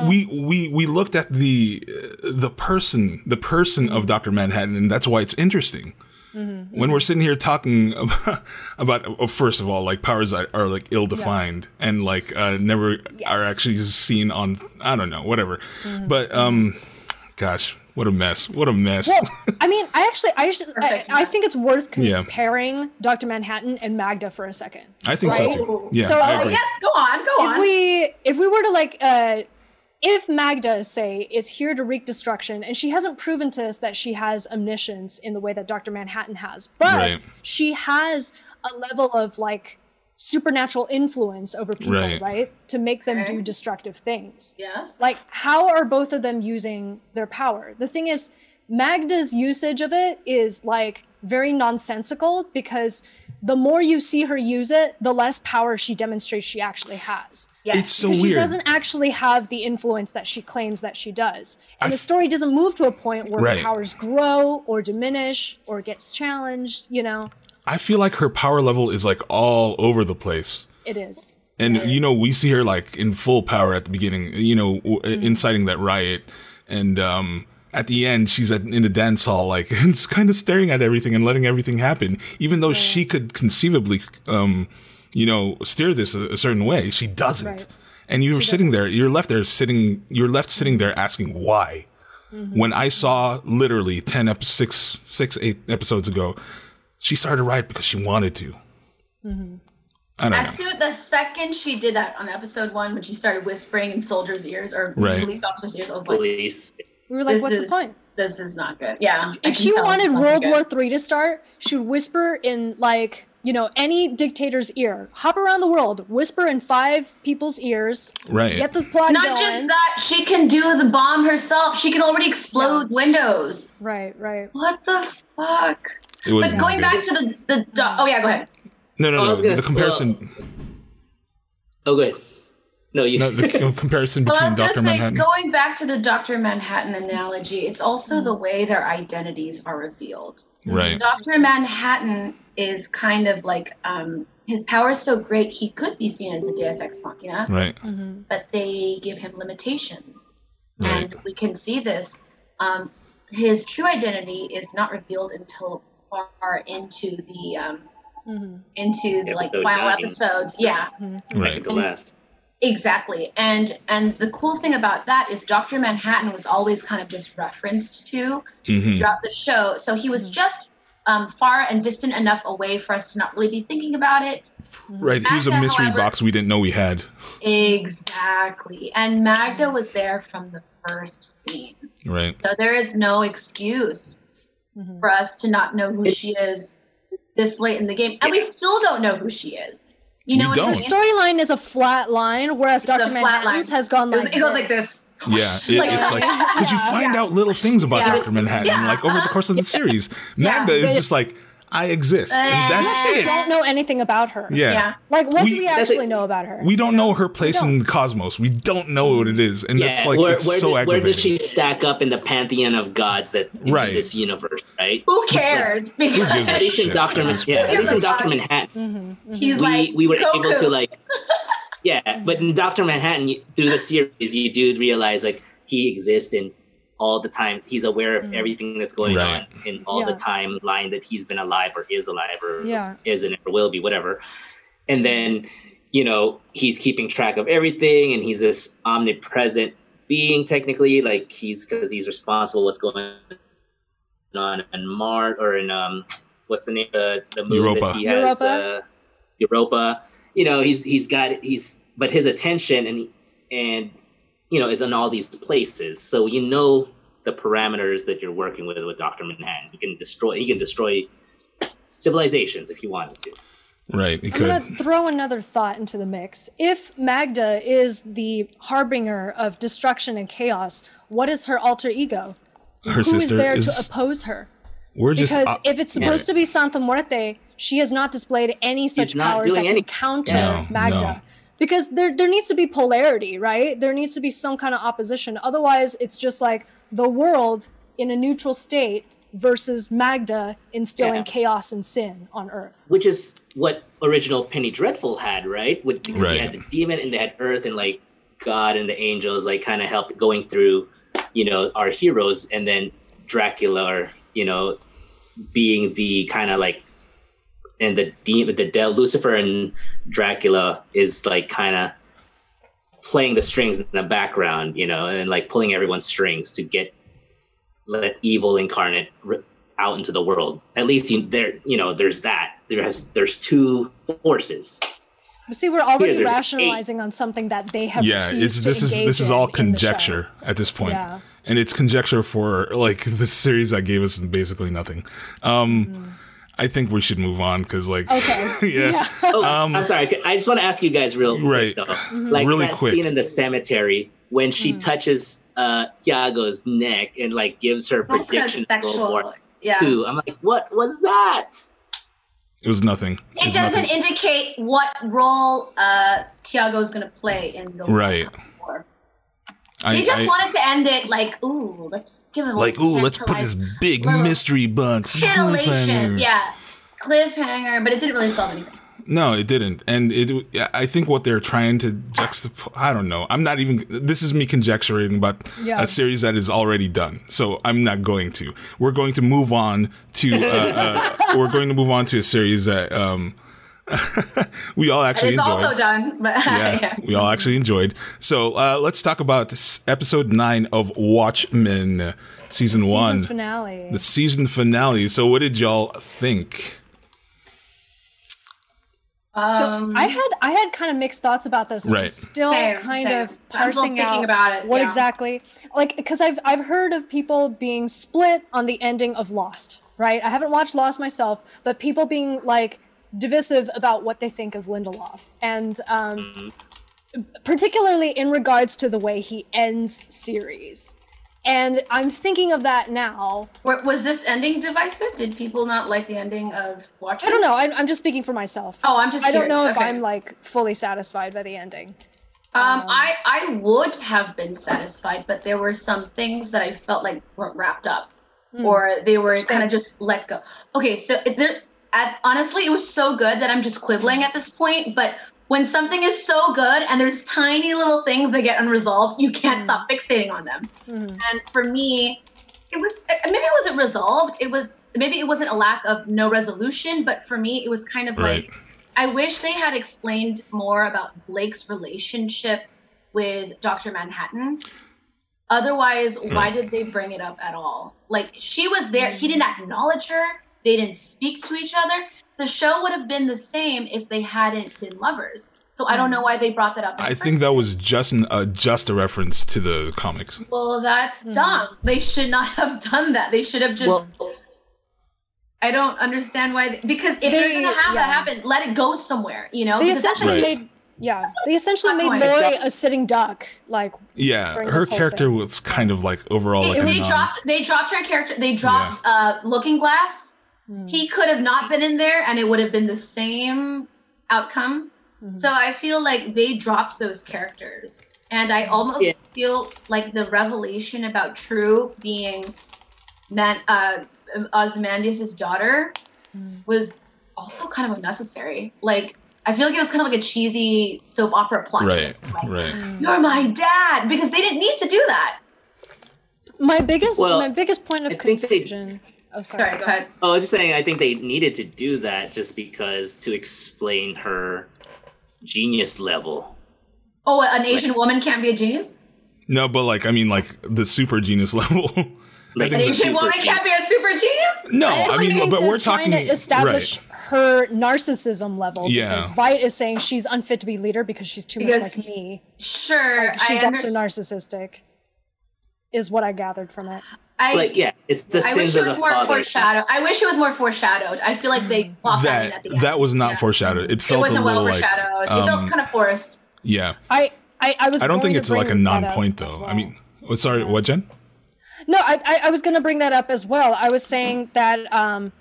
Speaker 1: we we we looked at the uh, the person the person of Doctor Manhattan, and that's why it's interesting.
Speaker 2: Mm-hmm.
Speaker 1: When we're sitting here talking about, about oh, first of all, like powers that are like ill defined and like uh, never are actually seen on I don't know whatever,
Speaker 2: Mm-hmm.
Speaker 1: but um, gosh, what a mess! What a mess!
Speaker 2: Well, I mean, I actually, I, actually, I,
Speaker 4: Perfect
Speaker 2: I think it's worth
Speaker 1: Yeah.
Speaker 2: comparing Dr. Manhattan and Magda for a second.
Speaker 1: I think so
Speaker 2: right?
Speaker 1: too. Yeah,
Speaker 2: So,
Speaker 1: I
Speaker 2: like,
Speaker 1: agree.
Speaker 4: yes, go on, go
Speaker 2: if
Speaker 4: on.
Speaker 2: we if we were to like uh if magda say is here to wreak destruction and she hasn't proven to us that she has omniscience in the way that dr manhattan has but
Speaker 1: Right.
Speaker 2: she has a level of like supernatural influence over people,
Speaker 1: Right.
Speaker 2: right? To make them
Speaker 4: Okay.
Speaker 2: do destructive things.
Speaker 4: Yes.
Speaker 2: Like, how are both of them using their power? The thing is, Magda's usage of it is like very nonsensical because the more you see her use it, the less power she demonstrates she actually has.
Speaker 4: yes.
Speaker 1: It's so
Speaker 2: Because
Speaker 1: weird.
Speaker 2: she doesn't actually have the influence that she claims that she does. And
Speaker 1: I
Speaker 2: the
Speaker 1: f-
Speaker 2: story doesn't move to a point where
Speaker 1: Right.
Speaker 2: her powers grow or diminish or gets challenged, you know?
Speaker 1: I feel like her power level is like all over the place.
Speaker 2: It is.
Speaker 1: And you know, we see her like in full power at the beginning, you know, w- uh, inciting that riot, and um, at the end, she's at, in the dance hall, like and just kind of staring at everything and letting everything happen, even though she could conceivably, um, you know, steer this a, a certain way. She doesn't,
Speaker 2: Right.
Speaker 1: and you're sitting there, you're left there sitting, you're left sitting there asking why. When I saw literally ten ep- six, six, eight episodes ago, she started a riot because she wanted to. I don't know.
Speaker 4: As soon the second she did that on episode one, when she started whispering in soldiers' ears or
Speaker 1: Right.
Speaker 4: police officers' ears, I was like,
Speaker 3: Police.
Speaker 2: We were like,
Speaker 4: This
Speaker 2: what's
Speaker 4: is-
Speaker 2: the point?
Speaker 4: "This is not good." Yeah. I
Speaker 2: If
Speaker 4: can
Speaker 2: she
Speaker 4: tell
Speaker 2: wanted
Speaker 4: it's not
Speaker 2: World
Speaker 4: good.
Speaker 2: War III to start, she would whisper in, like, you know, any dictator's ear, hop around the world, whisper in five people's ears,
Speaker 1: Right.
Speaker 2: get the plot
Speaker 4: Not
Speaker 2: going.
Speaker 4: just that, she can do the bomb herself. She can already explode windows.
Speaker 2: Right, right.
Speaker 4: What the fuck?
Speaker 1: It was
Speaker 4: But
Speaker 1: not
Speaker 4: going
Speaker 1: good.
Speaker 4: back to the the do- oh yeah, go ahead.
Speaker 1: No, no,
Speaker 3: Oh, I
Speaker 1: no.
Speaker 3: was gonna
Speaker 1: The
Speaker 3: say-
Speaker 1: comparison,
Speaker 3: Oh, good. No, you.
Speaker 1: no, the co- comparison
Speaker 4: Well,
Speaker 1: between
Speaker 4: I was gonna
Speaker 1: Doctor
Speaker 4: say,
Speaker 1: Manhattan.
Speaker 4: going back to the Doctor Manhattan analogy, it's also the way their identities are revealed.
Speaker 1: right,
Speaker 4: Doctor Manhattan is kind of like um, his power is so great he could be seen as a Deus Ex Machina,
Speaker 1: right,
Speaker 2: Mm-hmm.
Speaker 4: but they give him limitations,
Speaker 1: right,
Speaker 4: and we can see this. Um, his true identity is not revealed until far into the um,
Speaker 2: Mm-hmm.
Speaker 4: into the, like
Speaker 3: Episode
Speaker 4: final
Speaker 3: nine.
Speaker 4: episodes. Yeah,
Speaker 1: right.
Speaker 3: The last.
Speaker 4: Exactly. And and the cool thing about that is Dr. Manhattan was always kind of just referenced to
Speaker 1: hmm
Speaker 4: throughout the show. So he was just um, far and distant enough away for us to not really be thinking about it.
Speaker 1: Right. He was a
Speaker 4: Magda,
Speaker 1: mystery
Speaker 4: however-
Speaker 1: box we didn't know we had.
Speaker 4: Exactly. And Magda was there from the first scene.
Speaker 1: Right.
Speaker 4: So there is no excuse
Speaker 2: Mm-hmm.
Speaker 4: for us to not know who she is this late in the game. And we still don't know who she is. You
Speaker 1: We
Speaker 4: know what I
Speaker 1: don't.
Speaker 4: mean?
Speaker 2: Storyline is a flat line, whereas
Speaker 4: a
Speaker 2: Dr.
Speaker 4: flat
Speaker 2: Manhattan's
Speaker 4: line.
Speaker 2: has gone
Speaker 4: It
Speaker 2: like
Speaker 4: was- it goes like this.
Speaker 1: Yeah. It,
Speaker 4: Like-
Speaker 1: it's like because you
Speaker 2: Yeah.
Speaker 1: find out little things about
Speaker 4: Yeah.
Speaker 1: Doctor Manhattan,
Speaker 4: Yeah.
Speaker 1: like over the course of the series. Magda is
Speaker 2: They-
Speaker 1: just like, I exist, and
Speaker 2: We
Speaker 1: that's
Speaker 2: actually
Speaker 1: it.
Speaker 2: don't know anything about her.
Speaker 1: Yeah.
Speaker 4: yeah.
Speaker 2: Like, what
Speaker 1: We-
Speaker 2: do we
Speaker 3: That's it.
Speaker 2: actually know about her?
Speaker 1: We don't know her place
Speaker 2: We don't.
Speaker 1: in the cosmos. We don't know what it is, and that's like
Speaker 3: where,
Speaker 1: it's
Speaker 3: where
Speaker 1: so
Speaker 3: did, where
Speaker 1: aggravating.
Speaker 3: did she stack up in the pantheon of gods that in
Speaker 1: Right.
Speaker 3: this universe, right?
Speaker 4: Who cares?
Speaker 1: gives a
Speaker 3: At least in
Speaker 1: Shit,
Speaker 3: Doctor, Man-
Speaker 1: that's
Speaker 3: yeah, at
Speaker 4: fine.
Speaker 3: least in Doctor Manhattan,
Speaker 2: Mhm, mhm.
Speaker 4: He's
Speaker 3: we,
Speaker 4: like
Speaker 3: we were able
Speaker 4: Goku.
Speaker 3: to like yeah but in dr manhattan you- through the series you do realize like he exists in all the time he's aware of
Speaker 2: Mm.
Speaker 3: everything that's going
Speaker 1: Right.
Speaker 3: on in all the
Speaker 2: Yeah.
Speaker 3: timeline that he's been alive or is alive or
Speaker 2: Yeah.
Speaker 3: isn't or will be whatever and then you know he's keeping track of everything and he's this omnipresent being technically like he's because he's responsible what's going on in mars or in um what's the name uh, the moon
Speaker 1: Europa.
Speaker 3: that he has
Speaker 2: Europa?
Speaker 3: uh, europa you know he's he's got he's but his attention and and you know is in all these places so you know the parameters that you're working with with dr manhattan he can destroy he can destroy civilizations if he wanted to
Speaker 1: right. He
Speaker 2: I'm
Speaker 1: could.
Speaker 2: gonna throw another thought into the mix. If Magda is the harbinger of destruction and chaos, what is her alter ego?
Speaker 1: Her
Speaker 2: Who is
Speaker 1: sister
Speaker 2: there
Speaker 1: is.
Speaker 2: to oppose her?
Speaker 1: we're just
Speaker 2: Because
Speaker 1: uh,
Speaker 2: if it's supposed to be Santa Muerte, she has not displayed any such
Speaker 3: not
Speaker 2: powers
Speaker 3: doing
Speaker 2: that
Speaker 3: any-
Speaker 2: can counter
Speaker 1: No,
Speaker 2: Magda.
Speaker 1: no.
Speaker 2: Because there there needs to be polarity, right? There needs to be some kind of opposition. Otherwise, it's just like the world in a neutral state versus Magda instilling
Speaker 3: Yeah.
Speaker 2: chaos and sin on Earth.
Speaker 3: which is what original Penny Dreadful had, right? With because
Speaker 1: Right.
Speaker 3: they had the demon and they had Earth and like God and the angels, like kind of help going through, you know, our heroes, and then Dracula, or, you know, being the kind of like and the demon, the devil, Lucifer and Dracula is like kind of playing the strings in the background, you know, and like pulling everyone's strings to get let evil incarnate r- out into the world. At least you, there, you know, there's that. There has there's two forces.
Speaker 2: But see, we're already
Speaker 3: there's eight.
Speaker 2: rationalizing on something that they have.
Speaker 1: yeah
Speaker 2: refused
Speaker 1: it's
Speaker 2: to
Speaker 1: this is
Speaker 2: engage
Speaker 1: this is
Speaker 2: in
Speaker 1: all
Speaker 2: in the show.
Speaker 1: conjecture at this point
Speaker 2: Yeah.
Speaker 1: and it's conjecture for like the series that gave us basically nothing um I think we should move on because, like,
Speaker 2: Okay.
Speaker 1: yeah.
Speaker 3: Oh,
Speaker 1: Um,
Speaker 3: I'm sorry. I just want to ask you guys real
Speaker 1: Right.
Speaker 3: quick, though. Like
Speaker 1: Really
Speaker 3: that
Speaker 1: quick.
Speaker 3: scene in the cemetery when she
Speaker 4: Mm.
Speaker 3: touches uh, Tiago's neck and like gives her
Speaker 4: That's kind
Speaker 3: prediction
Speaker 4: of
Speaker 3: of World War
Speaker 4: sexual. Yeah.
Speaker 3: II. I'm like, what was that?
Speaker 1: It was nothing.
Speaker 4: It
Speaker 1: was
Speaker 4: doesn't
Speaker 1: nothing.
Speaker 4: indicate what role uh, Tiago is going to play in the
Speaker 1: Right.
Speaker 4: war.
Speaker 1: I,
Speaker 4: They just
Speaker 1: I-
Speaker 4: wanted to end it like, ooh, let's give him a
Speaker 1: like, ooh, let's put
Speaker 4: tantalizing-
Speaker 1: this big
Speaker 4: little
Speaker 1: mystery box.
Speaker 4: titillation.
Speaker 1: cliffhanger.
Speaker 4: Yeah. Cliffhanger, but it didn't really solve anything.
Speaker 1: No, it didn't. And it, I think what they're trying to juxtapose, I don't know. I'm not even, this is me conjecturing about
Speaker 2: Yeah.
Speaker 1: a series that is already done. So I'm not going to. We're going to move on to, uh, uh, we're going to move on to a series that, um, we all
Speaker 4: And
Speaker 1: actually
Speaker 4: it's
Speaker 1: enjoyed.
Speaker 4: also done, but
Speaker 1: yeah,
Speaker 4: yeah.
Speaker 1: we all actually enjoyed. So uh, let's talk about this episode nine of Watchmen, season one,
Speaker 2: Season finale.
Speaker 1: the season finale. So what did y'all think?
Speaker 2: So
Speaker 4: Um,
Speaker 2: I had I had kind of mixed thoughts about this. and I'm
Speaker 1: Right.
Speaker 2: Still
Speaker 4: Same,
Speaker 2: kind
Speaker 4: same.
Speaker 2: of
Speaker 4: I'm still
Speaker 2: parsing
Speaker 4: thinking
Speaker 2: out
Speaker 4: about it,
Speaker 2: what
Speaker 4: yeah.
Speaker 2: exactly like because I've I've heard of people being split on the ending of Lost. Right. I haven't watched Lost myself, but people being like divisive about what they think of Lindelof and um, particularly in regards to the way he ends series. And I'm thinking of that now
Speaker 4: wa- was this ending divisive? Did people not like the ending of Watchmen?
Speaker 2: I don't know. I'm, I'm just speaking for myself.
Speaker 4: Oh, I'm just
Speaker 2: I don't
Speaker 4: curious.
Speaker 2: know if
Speaker 4: Okay.
Speaker 2: I'm like fully satisfied by the ending.
Speaker 4: Um, I I would have been satisfied, but there were some things that I felt like weren't wrapped up,
Speaker 2: Hmm.
Speaker 4: or they were kind of
Speaker 2: Thanks.
Speaker 4: just let go. Okay, so it, there, at, honestly, it was so good that I'm just quibbling at this point. But when something is so good and there's tiny little things that get unresolved, you
Speaker 2: Hmm.
Speaker 4: can't stop fixating on them.
Speaker 2: Mhm.
Speaker 4: And for me, it was uh, maybe it wasn't resolved. It was maybe it wasn't a lack of no resolution, but for me, it was kind of
Speaker 1: Right.
Speaker 4: like I wish they had explained more about Blake's relationship with Dr. Manhattan. Otherwise, why did they bring it up at all? Like she was there, he didn't acknowledge her. They didn't speak to each other. The show would have been the same if they hadn't been lovers. So I don't know why they brought that up. in
Speaker 1: I
Speaker 4: the first
Speaker 1: think that was just an, uh, just a reference to the comics.
Speaker 4: Well, that's
Speaker 2: Hmm.
Speaker 4: dumb. They should not have done that. They should have just.
Speaker 3: Well-
Speaker 4: I don't understand why. They, because if
Speaker 2: They-
Speaker 4: you're gonna have
Speaker 2: yeah.
Speaker 4: that happen, let it go somewhere. You know.
Speaker 2: They
Speaker 4: Because that's-
Speaker 2: essentially
Speaker 1: Right.
Speaker 2: made yeah. They essentially
Speaker 4: That's
Speaker 2: made
Speaker 4: my point.
Speaker 2: Lori a sitting duck. Like
Speaker 1: Yeah,
Speaker 2: During
Speaker 1: her
Speaker 2: this whole
Speaker 1: character
Speaker 2: thing.
Speaker 1: was kind of like overall like
Speaker 4: they,
Speaker 1: a
Speaker 4: they
Speaker 1: non-
Speaker 4: dropped. They dropped her character. They dropped uh, Looking Glass.
Speaker 2: hmm,
Speaker 4: He could have not been in there, and it would have been the same outcome.
Speaker 2: hmm,
Speaker 4: So I feel like they dropped those characters, and I almost
Speaker 3: Yeah.
Speaker 4: feel like the revelation about True being Man, uh, Ozymandias' daughter was also kind of unnecessary. Like I feel like it was kind of like a cheesy soap opera plot.
Speaker 1: right,
Speaker 4: twist, like,
Speaker 1: right.
Speaker 4: You're my dad because they didn't need to do that.
Speaker 2: my biggest
Speaker 3: Well,
Speaker 2: my biggest point of
Speaker 3: I think they-
Speaker 2: confusion. oh, sorry.
Speaker 4: Sorry, go ahead.
Speaker 3: Oh, I was just saying, I think they needed to do that just because to explain her genius level.
Speaker 4: Oh, an Asian woman can't be a genius.
Speaker 1: No, but like I mean, like the super genius level.
Speaker 3: Like,
Speaker 4: An
Speaker 1: think
Speaker 4: Asian
Speaker 3: super
Speaker 4: woman
Speaker 3: genius.
Speaker 4: can't be a super genius.
Speaker 1: no, I,
Speaker 2: actually
Speaker 1: mean,
Speaker 2: think
Speaker 1: but
Speaker 2: they're
Speaker 1: we're
Speaker 2: trying
Speaker 1: talking
Speaker 2: to establish
Speaker 1: right.
Speaker 2: her narcissism level.
Speaker 1: Yeah.
Speaker 2: Because Vite is saying she's unfit to be leader because she's too much
Speaker 4: Because
Speaker 2: like me.
Speaker 4: Sure,
Speaker 2: She's
Speaker 4: I
Speaker 2: also
Speaker 4: understand.
Speaker 2: narcissistic. Is what I gathered from it.
Speaker 4: I,
Speaker 3: But yeah, it's the
Speaker 4: I
Speaker 3: sins
Speaker 4: wish it
Speaker 3: of the
Speaker 4: was more
Speaker 3: father. Hmm.
Speaker 4: foreshadowed. I wish it was more foreshadowed. I feel like they plopped that in
Speaker 1: That
Speaker 4: at the end.
Speaker 1: that was not
Speaker 4: Yeah.
Speaker 1: foreshadowed. It
Speaker 4: It
Speaker 1: felt a
Speaker 4: wasn't well
Speaker 1: little like
Speaker 4: foreshadowed. it
Speaker 1: um,
Speaker 4: felt kind of forced.
Speaker 1: yeah.
Speaker 2: I I, I was.
Speaker 1: I don't
Speaker 2: going
Speaker 1: think
Speaker 2: to
Speaker 1: it's like a
Speaker 2: bring that up
Speaker 1: non-point
Speaker 2: as
Speaker 1: though. I
Speaker 2: well.
Speaker 1: mean, oh, sorry, what Jen?
Speaker 2: No, I, I, I was going to bring that up as well. I was saying that um,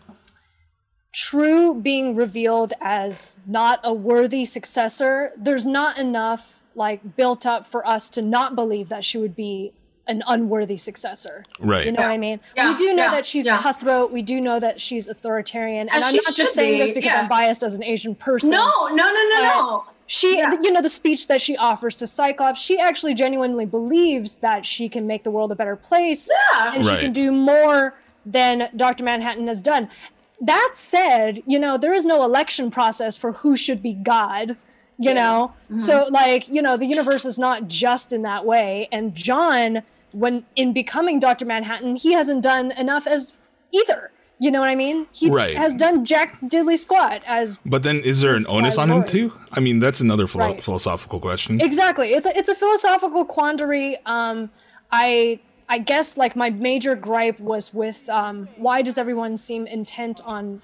Speaker 2: True being revealed as not a worthy successor, there's not enough like built up for us to not believe that she would be an unworthy successor.
Speaker 1: Right.
Speaker 2: You know what I mean?
Speaker 4: Yeah,
Speaker 2: we do know
Speaker 4: yeah,
Speaker 2: that she's
Speaker 4: yeah.
Speaker 2: cutthroat. We do know that she's authoritarian. And,
Speaker 4: And
Speaker 2: I'm
Speaker 4: she
Speaker 2: not just
Speaker 4: should
Speaker 2: saying
Speaker 4: be,
Speaker 2: this because
Speaker 4: yeah.
Speaker 2: I'm biased as an Asian person.
Speaker 4: No, no, no, no, no.
Speaker 2: She,
Speaker 4: Yeah.
Speaker 2: you know, the speech that she offers to Cyclops, she actually genuinely believes that she can make the world a better place
Speaker 4: Yeah.
Speaker 2: and
Speaker 1: Right.
Speaker 2: she can do more than Dr. Manhattan has done. That said, you know, there is no election process for who should be God, you know?
Speaker 4: Mm-hmm.
Speaker 2: So, like, you know, the universe is not just in that way. And John, when in becoming Dr. Manhattan, he hasn't done enough as either. You know what I mean? He
Speaker 1: Right.
Speaker 2: has done Jack Diddley Squat as
Speaker 1: But then, is there an onus on him
Speaker 2: Lord.
Speaker 1: too? I mean, that's another philo-
Speaker 2: Right.
Speaker 1: philosophical question.
Speaker 2: exactly it's a it's a philosophical quandary um i i guess like my major gripe was with um why does everyone seem intent on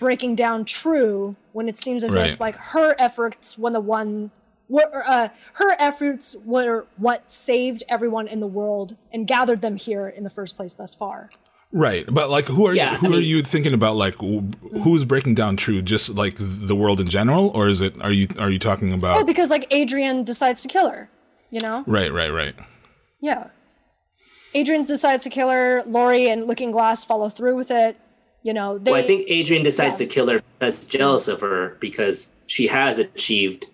Speaker 2: breaking down True when it seems as
Speaker 1: Right.
Speaker 2: if like her efforts were the one were uh, her efforts were what saved everyone in the world and gathered them here in the first place thus far.
Speaker 1: Right, but like, who are
Speaker 3: Yeah,
Speaker 1: you, who
Speaker 3: I mean-
Speaker 1: are you thinking about? Like, w- who's breaking down true? Just like the world in general, or is it? Are you are you talking about?
Speaker 2: Oh, because like Adrian decides to kill her, you know?
Speaker 1: right, right, right.
Speaker 2: Yeah. Adrian decides to kill her. Lori and Looking Glass follow through with it. You know, they.
Speaker 3: Well, I think Adrian decides
Speaker 2: Yeah.
Speaker 3: to kill her because he's jealous of her because she has achieved.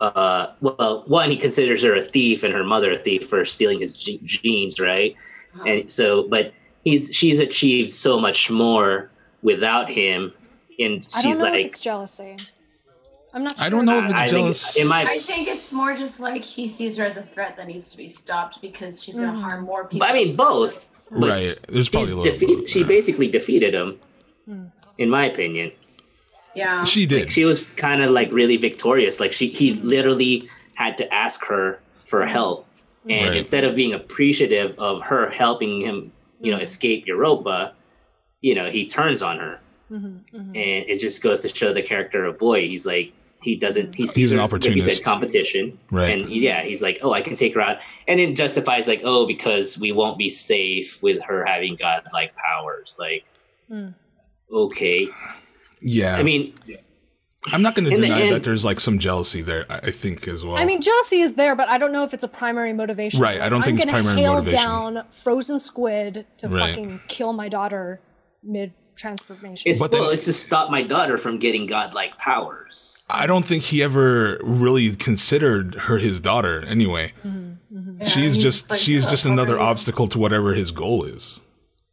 Speaker 3: Uh, well, one he considers her a thief and her mother a thief for stealing his je- jeans, right?
Speaker 2: Uh-huh.
Speaker 3: And so, but he's she's achieved so much more without him, and
Speaker 2: I don't
Speaker 3: she's
Speaker 2: know if
Speaker 3: like,
Speaker 2: it's jealousy. I'm not sure.
Speaker 1: I don't know if it's
Speaker 3: I think
Speaker 1: jealous.
Speaker 3: it might.
Speaker 4: I think it's more just like he sees her as a threat that needs to be stopped because she's
Speaker 2: Mm.
Speaker 4: going to harm more people.
Speaker 3: I mean, both. but
Speaker 1: right. There's
Speaker 3: She's
Speaker 1: probably a little. bit
Speaker 3: defeat,
Speaker 1: of
Speaker 3: she
Speaker 1: that.
Speaker 3: basically defeated him,
Speaker 2: Hmm.
Speaker 3: in my opinion.
Speaker 4: Yeah.
Speaker 1: she did.
Speaker 3: She was kind of like really victorious. Like she, he literally had to ask her for help, and
Speaker 1: Right.
Speaker 3: instead of being appreciative of her helping him, you know, escape Europa, you know, he turns on her,
Speaker 2: Mm-hmm,
Speaker 3: and it just goes to show the character of Boy. He's like he doesn't. He sees
Speaker 1: an
Speaker 3: her, Like you
Speaker 1: opportunist.
Speaker 3: said, competition,
Speaker 1: Right.
Speaker 3: And yeah, he's like, oh, I can take her out, and it justifies like, oh, because we won't be safe with her having godlike powers, like. Okay,
Speaker 1: yeah.
Speaker 3: I mean,
Speaker 1: I'm not going to
Speaker 3: in the
Speaker 1: deny
Speaker 3: end-
Speaker 1: that there's like some jealousy there. I, I think as well.
Speaker 2: I mean, jealousy is there, but I don't know if it's a primary motivation.
Speaker 1: Right, I don't
Speaker 2: I'm
Speaker 1: think it's
Speaker 2: gonna
Speaker 1: primary
Speaker 2: hail
Speaker 1: motivation.
Speaker 2: down frozen squid to
Speaker 1: Right.
Speaker 2: fucking kill my daughter mid transformation.
Speaker 3: It's,
Speaker 1: But
Speaker 3: well,
Speaker 1: then-
Speaker 3: it's to stop my daughter from getting godlike powers.
Speaker 1: I don't think he ever really considered her his daughter. Anyway,
Speaker 4: Yeah,
Speaker 1: she's
Speaker 4: he's
Speaker 1: just
Speaker 4: like,
Speaker 1: she's
Speaker 4: uh,
Speaker 1: just another
Speaker 4: already-
Speaker 1: obstacle to whatever his goal is.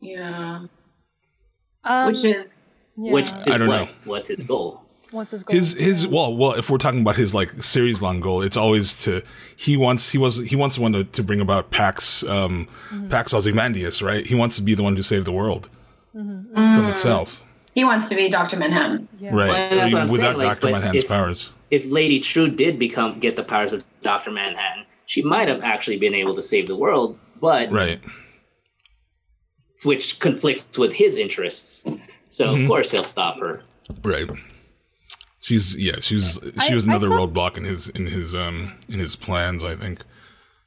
Speaker 4: Yeah.
Speaker 2: Um,
Speaker 4: Which is
Speaker 2: yeah.
Speaker 3: Which is
Speaker 1: I don't
Speaker 3: what?
Speaker 1: know.
Speaker 3: What's his goal?
Speaker 2: what's his goal?
Speaker 1: His his well well if we're talking about his like series long goal, it's always to he wants he was he wants the one to, to bring about Pax um
Speaker 2: Mm-hmm.
Speaker 1: Pax Ozymandias, right? He wants to be the one to save the world from itself,
Speaker 4: he wants to be Dr. Manhattan.
Speaker 2: Mm-hmm. Yeah.
Speaker 1: right?
Speaker 3: Mm. Well, that's what I'm
Speaker 1: Without
Speaker 3: saying, like,
Speaker 1: Doctor
Speaker 3: but
Speaker 1: Manhattan's
Speaker 3: if-
Speaker 1: powers,
Speaker 3: If Lady True did become get the powers of Doctor Manhattan, she might have actually been able to save the world, but
Speaker 1: right?
Speaker 3: which conflicts with his interests. So
Speaker 1: Mm-hmm.
Speaker 3: of course he'll stop her.
Speaker 1: Right. She's yeah, she was she
Speaker 2: I-
Speaker 1: was
Speaker 2: I
Speaker 1: another
Speaker 2: felt-
Speaker 1: roadblock in his in his um in his plans, I think.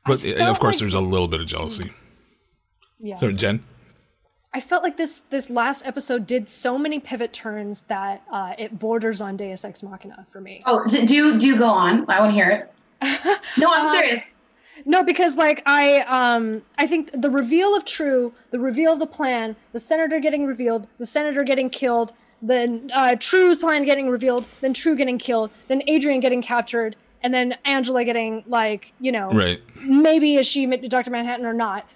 Speaker 1: But uh, of
Speaker 2: felt
Speaker 1: course
Speaker 2: like-
Speaker 1: there's a little bit of jealousy.
Speaker 2: Yeah.
Speaker 1: Sorry, Jen.
Speaker 2: I felt like this this last episode did so many pivot turns that uh, it borders on Deus Ex Machina for me.
Speaker 4: Oh, d- do do go on. I want to hear it. No, I'm
Speaker 2: Uh,
Speaker 4: serious.
Speaker 2: No, because like I um I think the reveal of True, the reveal of the plan, the senator getting revealed, the senator getting killed, then uh, True's plan getting revealed, then True getting killed, then Adrian getting captured, and then Angela getting like you know
Speaker 1: Right.
Speaker 2: maybe is she Dr. Manhattan or not?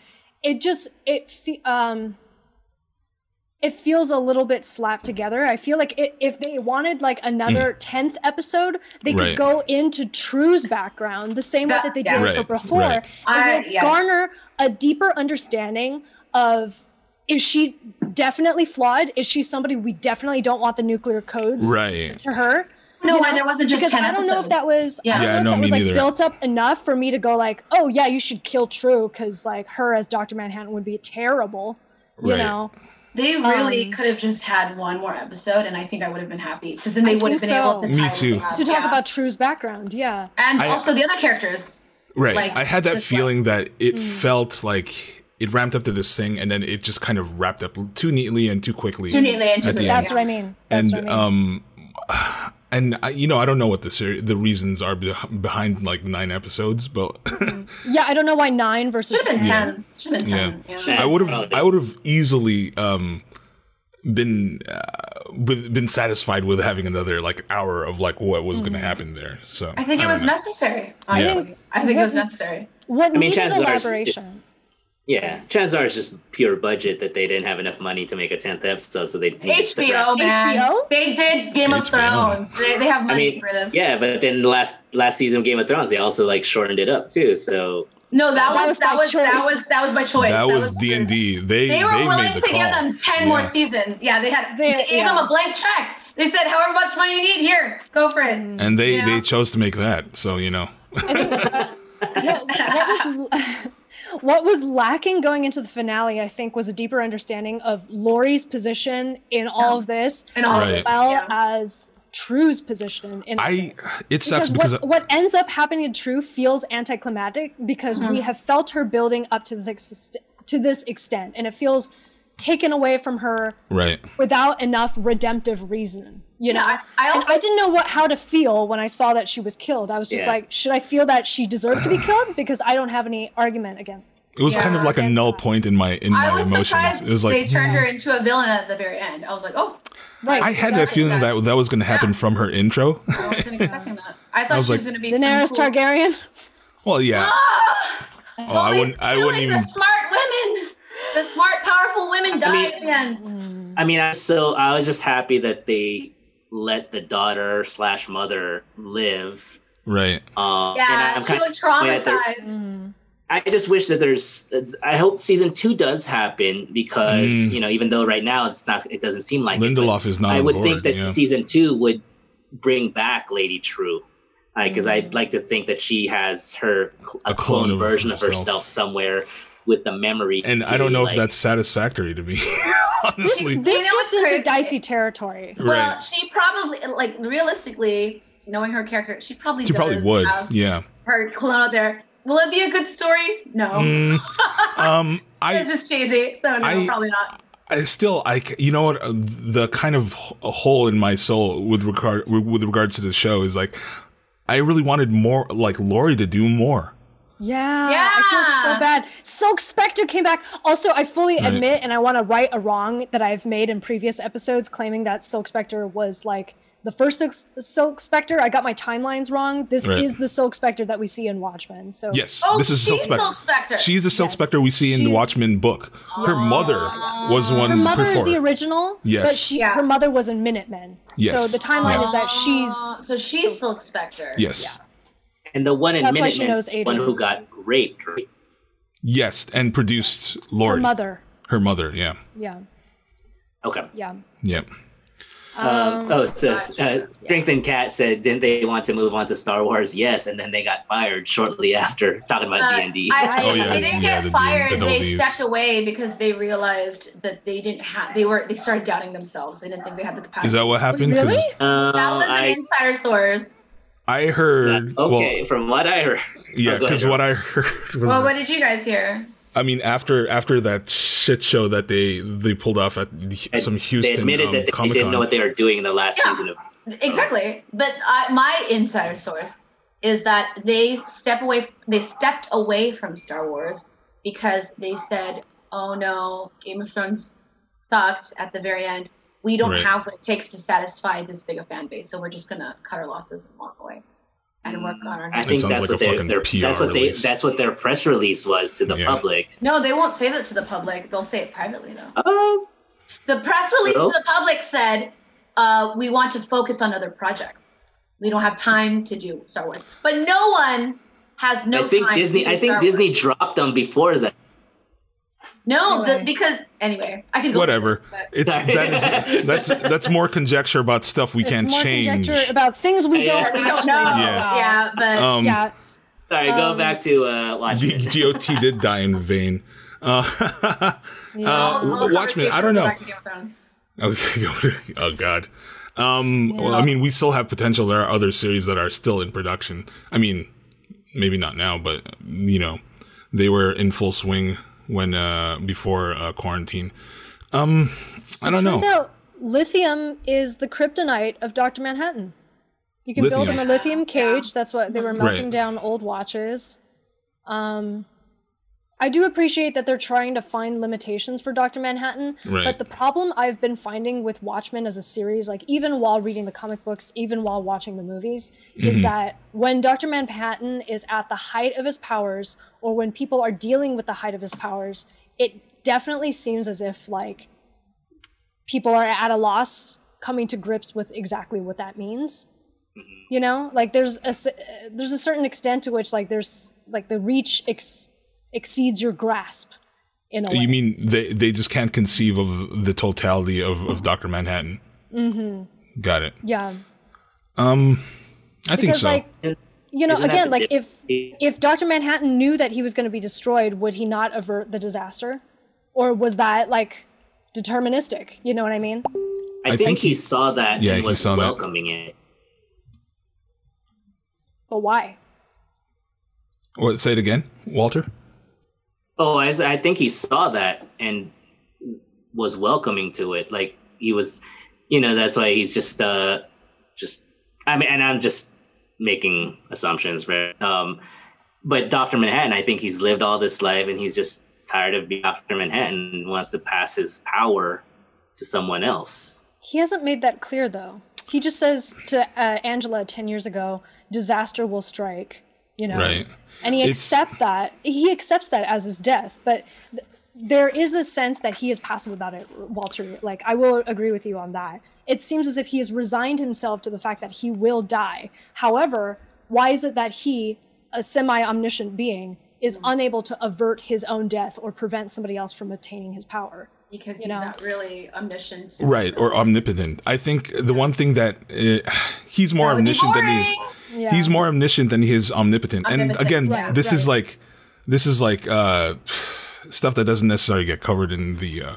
Speaker 2: It just it fe- um it feels a little bit slapped together. I feel like it, if they wanted like another tenth episode, they
Speaker 1: Mm. Right.
Speaker 2: could go into True's background the same way
Speaker 4: That-
Speaker 2: that they
Speaker 4: yeah.
Speaker 2: did
Speaker 1: Right,
Speaker 2: for before,
Speaker 1: right.
Speaker 2: and
Speaker 4: I-
Speaker 2: we'll
Speaker 4: yes.
Speaker 2: garner a deeper understanding of is she definitely flawed? Is she somebody we definitely don't want the nuclear codes
Speaker 1: Right.
Speaker 2: to her?
Speaker 4: No,
Speaker 2: you
Speaker 4: why
Speaker 2: know,
Speaker 4: there wasn't just
Speaker 2: because
Speaker 4: 10
Speaker 2: I don't know if
Speaker 4: episodes.
Speaker 2: that was
Speaker 4: Yeah.
Speaker 2: I don't
Speaker 1: Yeah, no,
Speaker 2: know if that
Speaker 1: me
Speaker 2: was like
Speaker 1: neither.
Speaker 2: built up enough for me to go like, oh yeah, you should kill True because like her as Doctor Manhattan would be terrible, you
Speaker 1: Right.
Speaker 2: know.
Speaker 4: They really
Speaker 2: Um,
Speaker 4: could have just had one more episode, and I think I would have been happy because then
Speaker 2: I
Speaker 4: they would have been
Speaker 2: think
Speaker 4: able
Speaker 2: so.
Speaker 4: to.
Speaker 1: Me
Speaker 4: tie
Speaker 1: too.
Speaker 4: it up,
Speaker 2: To talk
Speaker 4: yeah.
Speaker 2: about True's background, yeah,
Speaker 4: and
Speaker 1: I-
Speaker 4: also the other characters.
Speaker 1: Right.
Speaker 4: Like, mm.
Speaker 1: I had that
Speaker 4: just
Speaker 1: feeling that it felt like it ramped up to this thing and then it just kind of wrapped up too neatly and too quickly.
Speaker 4: Too neatly and too
Speaker 1: at the
Speaker 4: quickly,
Speaker 1: end.
Speaker 2: that's what I mean. That's
Speaker 1: and
Speaker 2: what I mean.
Speaker 1: um and I, you know I don't know what the ser- the reasons are be- behind like nine episodes, but
Speaker 2: yeah, I don't know why nine versus
Speaker 4: Should
Speaker 2: ten.
Speaker 4: have been ten. Should have been
Speaker 1: Yeah.
Speaker 4: ten. Yeah.
Speaker 1: I would have
Speaker 3: Probably.
Speaker 1: I would have easily um been uh, with- been satisfied with having another like hour of like what was going to happen there. So
Speaker 4: Mm. I think it
Speaker 1: don't
Speaker 4: was
Speaker 1: know.
Speaker 4: necessary. Honestly, I think it was necessary.
Speaker 2: What
Speaker 3: mean,
Speaker 2: needed
Speaker 3: chances are it's-
Speaker 2: elaboration?
Speaker 3: Yeah, chances are it's just pure budget that they didn't have enough money to make a tenth episode, so they needed to wrap-
Speaker 4: HBO, man.
Speaker 2: HBO?
Speaker 4: They did Game of
Speaker 1: HBO.
Speaker 4: Thrones. They, they have
Speaker 3: I
Speaker 4: money
Speaker 3: mean,
Speaker 4: for this.
Speaker 3: yeah, but then the last last season of Game of Thrones, they also like shortened it up too. So
Speaker 4: No, that,
Speaker 2: That
Speaker 4: was,
Speaker 2: was
Speaker 4: that
Speaker 2: by
Speaker 4: was that
Speaker 2: choice.
Speaker 4: was that was by choice.
Speaker 1: that was D and D. They
Speaker 4: They were willing
Speaker 1: made
Speaker 4: to
Speaker 1: the call.
Speaker 4: give them ten more
Speaker 1: Yeah.
Speaker 4: seasons. Yeah, they had
Speaker 2: They-
Speaker 4: they, gave
Speaker 2: yeah.
Speaker 4: them a blank check. They said, however much money you need, here, go for it.
Speaker 2: Mm.
Speaker 1: and they
Speaker 4: Yeah.
Speaker 1: they chose to make that. So you know,
Speaker 2: No, what uh, was what was lacking going into the finale, I think, was a deeper understanding of Laurie's position in all of this,
Speaker 4: And all
Speaker 1: Right.
Speaker 2: as well
Speaker 4: Yeah.
Speaker 2: as True's position in all
Speaker 1: I
Speaker 2: this.
Speaker 1: it sucks because,
Speaker 2: Because what, what ends up happening to True feels anticlimactic because
Speaker 4: Mm-hmm.
Speaker 2: we have felt her building up to this exist- to this extent, and it feels taken away from her
Speaker 1: right.
Speaker 2: without enough redemptive reason. You know,
Speaker 4: Yeah, I- I
Speaker 2: And
Speaker 4: also-
Speaker 2: I didn't know what how to feel when I saw that she was killed. I was just
Speaker 3: Yeah.
Speaker 2: like, should I feel that she deserved to be killed? Because I don't have any argument against.
Speaker 1: It was kind of like a
Speaker 2: that's
Speaker 1: null
Speaker 2: fine.
Speaker 1: point in my in
Speaker 4: I
Speaker 1: my
Speaker 4: was
Speaker 1: emotions.
Speaker 4: surprised
Speaker 1: It was
Speaker 4: they
Speaker 1: like "Mm."
Speaker 4: turned her into a villain at the very end. I was like, oh,
Speaker 2: Right.
Speaker 1: I had that feeling that that was going to happen from her intro.
Speaker 4: I wasn't expecting that. I thought
Speaker 1: was
Speaker 4: she
Speaker 1: like-
Speaker 4: was going to be some
Speaker 2: Daenerys
Speaker 4: cool-
Speaker 2: Targaryen.
Speaker 1: well, yeah.
Speaker 4: Ah!
Speaker 1: Oh, I wouldn't. I wouldn't
Speaker 4: Killing
Speaker 1: even.
Speaker 4: The smart women, the smart, powerful women die
Speaker 3: mean-
Speaker 4: at the end.
Speaker 3: I mean, I so I was just happy that they let the daughter slash mother live.
Speaker 1: Right.
Speaker 3: Um, and I-
Speaker 4: Yeah,
Speaker 3: I'm
Speaker 4: she
Speaker 3: kind of-
Speaker 4: looked
Speaker 3: glad that-
Speaker 4: traumatized.
Speaker 3: I just wish that there's. I hope season two does happen because
Speaker 1: Mm.
Speaker 3: you know, even though right now it's not, it doesn't seem like it, but
Speaker 1: Lindelof is not.
Speaker 3: I
Speaker 1: on
Speaker 3: would
Speaker 1: board,
Speaker 3: think that
Speaker 1: yeah.
Speaker 3: season two would bring back Lady True, because
Speaker 2: Mm.
Speaker 3: I'd like to think that she has her cl- a,
Speaker 1: A clone
Speaker 3: clone,
Speaker 1: of
Speaker 3: version of
Speaker 1: herself.
Speaker 3: herself somewhere with the memory.
Speaker 1: and
Speaker 3: to,
Speaker 1: I don't know
Speaker 3: like-
Speaker 1: if that's satisfactory to me,
Speaker 2: This,
Speaker 1: honestly.
Speaker 2: this
Speaker 4: You know
Speaker 2: gets
Speaker 4: what's
Speaker 2: into
Speaker 4: crazy?
Speaker 2: dicey territory.
Speaker 4: Well,
Speaker 1: right.
Speaker 4: she probably, like, realistically, knowing her character, she probably
Speaker 1: She probably
Speaker 4: does
Speaker 1: would.
Speaker 4: have
Speaker 1: Yeah.
Speaker 4: her clone out there. Will it be a good story? No,
Speaker 1: Mm, um.
Speaker 4: it's
Speaker 1: I.
Speaker 4: just cheesy. So no,
Speaker 1: I-
Speaker 4: probably not.
Speaker 1: I still. I. c- You know what? uh, The kind of h- hole in my soul with regard with regards to the show is like, I really wanted more. Like Lori to do more.
Speaker 2: Yeah, I feel so
Speaker 4: Yeah.
Speaker 2: bad. Silk Spectre came back. Also, I fully
Speaker 1: Right.
Speaker 2: admit, and I want to right a wrong that I've made in previous episodes, claiming that Silk Spectre was like the first Silk, Silk Spectre. I got my timelines wrong. This
Speaker 1: Right.
Speaker 2: is the Silk Spectre that we see in Watchmen. So
Speaker 1: Yes.
Speaker 4: Oh,
Speaker 1: this is
Speaker 4: she's
Speaker 1: Silk Spectre.
Speaker 4: Silk Spectre.
Speaker 1: She's the Silk
Speaker 2: Yes.
Speaker 1: Spectre we see in the
Speaker 2: She-
Speaker 1: Watchmen book. Her
Speaker 4: Oh.
Speaker 1: mother was the one.
Speaker 2: her mother is
Speaker 1: before.
Speaker 2: the original.
Speaker 1: Yes.
Speaker 2: but she
Speaker 4: Yeah.
Speaker 2: her mother was in Minutemen. So
Speaker 1: Yes.
Speaker 2: the timeline
Speaker 1: Yeah.
Speaker 2: is that she's
Speaker 4: Oh, so she's Silk Spectre.
Speaker 1: Yes.
Speaker 3: and the one in
Speaker 2: That's why she
Speaker 3: Minutemen,
Speaker 2: knows Aiden.
Speaker 3: one who got raped. Right?
Speaker 1: Yes, and produced
Speaker 2: her
Speaker 1: Lori.
Speaker 2: mother.
Speaker 1: Her mother, yeah.
Speaker 2: Yeah,
Speaker 3: Okay.
Speaker 2: yeah.
Speaker 1: Yep.
Speaker 3: Um, oh, so
Speaker 4: gosh.
Speaker 3: uh, Strength and Cat said, didn't they want to move on to Star Wars? Yes, and then they got fired shortly after talking about
Speaker 4: Uh,
Speaker 3: D and D.
Speaker 4: I-
Speaker 1: Oh, yeah,
Speaker 4: They didn't
Speaker 1: yeah,
Speaker 4: get
Speaker 1: the D-
Speaker 4: fired.
Speaker 1: the
Speaker 4: they
Speaker 1: Ds.
Speaker 4: stepped away because they realized that they didn't have. They were. They started doubting themselves. They didn't think they had the capacity.
Speaker 1: Is that what happened? 'Cause
Speaker 2: Really?
Speaker 3: Uh,
Speaker 4: That was an
Speaker 3: I-
Speaker 4: insider source.
Speaker 1: I heard.
Speaker 3: okay, from what I heard.
Speaker 1: Well, yeah,
Speaker 3: Oh, go
Speaker 1: because
Speaker 3: ahead.
Speaker 1: what I heard. Was,
Speaker 4: Well, what did you guys hear?
Speaker 1: I mean, after after that shit show that they they pulled off at some Houston
Speaker 3: they admitted
Speaker 1: um,
Speaker 3: that they
Speaker 1: Comic-Con.
Speaker 3: didn't know what they were doing in the last
Speaker 4: Yeah.
Speaker 3: season of.
Speaker 4: Exactly. But I, my insider source is that they step away. They stepped away from Star Wars because they said, "Oh no, Game of Thrones sucked." At the very end, we don't
Speaker 1: Right.
Speaker 4: have what it takes to satisfy this big a fan base, so we're just gonna cut our losses and walk away and work on our.
Speaker 3: I think
Speaker 1: sounds
Speaker 3: that's
Speaker 1: like a
Speaker 3: what their,
Speaker 1: fucking
Speaker 3: their
Speaker 1: PR
Speaker 3: that's what they
Speaker 1: release.
Speaker 3: that's what their press release was to the
Speaker 1: Yeah.
Speaker 3: public.
Speaker 4: No, they won't say that to the public. They'll say it privately, though.
Speaker 3: Oh,
Speaker 4: The press release
Speaker 3: Well-
Speaker 4: to the public said, uh, "We want to focus on other projects. We don't have time to do Star Wars." But no one has no
Speaker 3: I think
Speaker 4: time.
Speaker 3: Disney.
Speaker 4: To do
Speaker 3: I think
Speaker 4: Star
Speaker 3: Disney
Speaker 4: Wars.
Speaker 3: dropped them before that.
Speaker 4: No, the,
Speaker 2: Anyway.
Speaker 4: because anyway, I can go.
Speaker 1: Whatever.
Speaker 4: first, but-
Speaker 1: It's
Speaker 3: Sorry.
Speaker 1: that is, that's that's more conjecture about stuff we
Speaker 2: It's
Speaker 1: can't
Speaker 2: more
Speaker 1: change.
Speaker 2: conjecture about things we
Speaker 3: Yeah.
Speaker 2: don't
Speaker 4: We don't
Speaker 2: actually
Speaker 4: know.
Speaker 2: know.
Speaker 1: Yeah.
Speaker 2: about.
Speaker 4: Yeah, but
Speaker 1: Um,
Speaker 2: yeah.
Speaker 3: Sorry, go
Speaker 2: Um,
Speaker 3: back to uh,
Speaker 1: G-
Speaker 3: Watchmen.
Speaker 1: GOT did die in vain. Uh,
Speaker 2: Yeah.
Speaker 1: Uh,
Speaker 4: We'll- we'll
Speaker 1: Watchmen, I don't
Speaker 4: conversation
Speaker 1: know.
Speaker 4: back to Game of Thrones.
Speaker 1: Okay. go to- oh God. Um, Well, I mean, we still have potential. There are other series that are still in production. I mean, maybe not now, but you know, they were in full swing when uh, before uh, quarantine. Um, I don't know.
Speaker 2: Turns out lithium is the kryptonite of Dr. Manhattan. You can build
Speaker 1: Lithium. Mm-hmm.
Speaker 2: him a lithium cage. That's what they were melting
Speaker 1: Right.
Speaker 2: down old watches. Um, I do appreciate that they're trying to find limitations for Dr. Manhattan,
Speaker 1: Right.
Speaker 2: but the problem I've been finding with Watchmen as a series, like even while reading the comic books, even while watching the movies, is that when Dr. Manhattan is at the height of his powers, or when people are dealing with the height of his powers, it definitely seems as if like people are at a loss coming to grips with exactly what that means you know like there's a s- uh, there's a certain extent to which like there's like the reach ex- exceeds your grasp in a way
Speaker 1: You mean they they just can't conceive of the totality of of Doctor Manhattan? Mm-hmm. Got it.
Speaker 2: yeah
Speaker 1: Um, I think
Speaker 2: because
Speaker 1: so.
Speaker 2: like you know,
Speaker 3: Isn't that
Speaker 2: again,
Speaker 3: the
Speaker 2: like
Speaker 3: big-
Speaker 2: if if Doctor Manhattan knew that he was going to be destroyed, would he not avert the disaster, or was that like deterministic? You know what I mean?
Speaker 3: I, think, he, saw that
Speaker 1: Yeah,
Speaker 3: and
Speaker 1: he
Speaker 3: was
Speaker 1: saw that.
Speaker 3: welcoming it.
Speaker 2: But why?
Speaker 1: What? Say it again, Walter.
Speaker 3: Oh, I, s- I think he saw that and was welcoming to it. Like he was, you know, that's why he's just, uh, just, I mean, and I'm just making assumptions, right? Um, but Dr. Manhattan, I think he's lived all this life and he's just tired of being Dr. Manhattan and wants to pass his power to someone else.
Speaker 2: He hasn't made that clear though. He just says to uh, Angela ten years ago, "Disaster will strike." You know,
Speaker 1: Right.
Speaker 2: and he
Speaker 1: It's-
Speaker 2: accept that he accepts that as his death but th- there is a sense that he is passive about it walter like i will agree with you on that it seems as if he has resigned himself to the fact that he will die however why is it that he a semi-omniscient being is unable to avert his own death or prevent somebody else from obtaining his power
Speaker 4: because
Speaker 2: You
Speaker 4: he's
Speaker 2: know.
Speaker 4: not really omniscient.
Speaker 1: Right, or omnipotent. I think the one thing that uh, he's more
Speaker 4: That would be
Speaker 1: omniscient than he is.
Speaker 4: boring.
Speaker 2: yeah
Speaker 1: He's more omniscient than he is omnipotent. And
Speaker 4: Omnipotent,
Speaker 1: again,
Speaker 4: yeah,
Speaker 1: this is
Speaker 2: right.
Speaker 1: like this is like uh, stuff that doesn't necessarily get covered in the uh,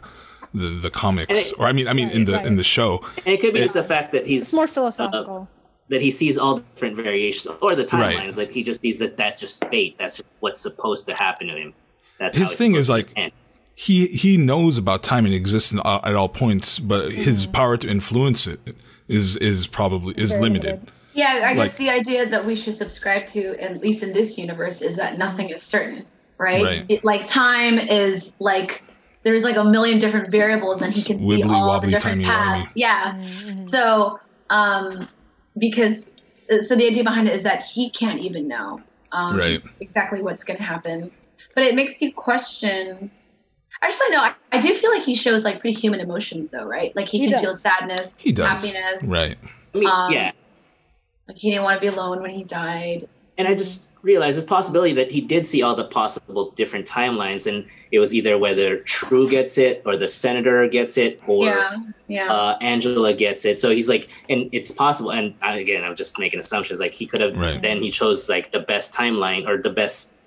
Speaker 1: the, the comics,
Speaker 3: it-
Speaker 1: or I mean, I mean in the
Speaker 2: right.
Speaker 1: in the show.
Speaker 3: And it could be just the fact that he's
Speaker 2: it's more
Speaker 3: uh,
Speaker 2: philosophical
Speaker 3: that he sees all different variations or the
Speaker 1: Right.
Speaker 3: timelines. Like he just sees that that's just fate. That's just what's supposed to happen to him. That's how
Speaker 1: His
Speaker 3: it's
Speaker 1: thing is,
Speaker 3: supposed to
Speaker 1: like,
Speaker 3: end.
Speaker 1: He he knows about time and existence a- at all points, but his power to influence it is is probably is
Speaker 2: Mm-hmm. Very
Speaker 1: limited.
Speaker 2: limited.
Speaker 4: Yeah, I guess
Speaker 1: Like-
Speaker 4: the idea that we should subscribe to, at least in this universe, is that nothing is certain, right?
Speaker 1: Right.
Speaker 4: It, like time is like there's like a million different variables, and he can see
Speaker 1: Wibbly
Speaker 4: all
Speaker 1: wobbly,
Speaker 4: the different
Speaker 1: timey
Speaker 4: paths.
Speaker 1: wimey.
Speaker 4: Yeah. mm-hmm. So, um, because uh, so the idea behind it is that he can't even know um,
Speaker 1: Right.
Speaker 4: exactly what's going to happen, but it makes you question. Actually, no, I, I do feel like he shows like pretty human emotions, though, right? Like he,
Speaker 2: He
Speaker 4: can feel
Speaker 2: does.
Speaker 4: sadness,
Speaker 1: He does
Speaker 4: happiness.
Speaker 1: right.
Speaker 3: I mean,
Speaker 4: Um,
Speaker 3: yeah.
Speaker 4: Like he didn't want to be alone when he died.
Speaker 3: And I just realized this possibility that he did see all the possible different timelines, and it was either whether True gets it or the senator gets it or
Speaker 4: yeah, yeah.
Speaker 3: uh, Angela gets it. So he's like, and it's possible. And I, again, I'm just making assumptions. Like he could have,
Speaker 1: Right.
Speaker 3: then he chose like the best timeline or the best,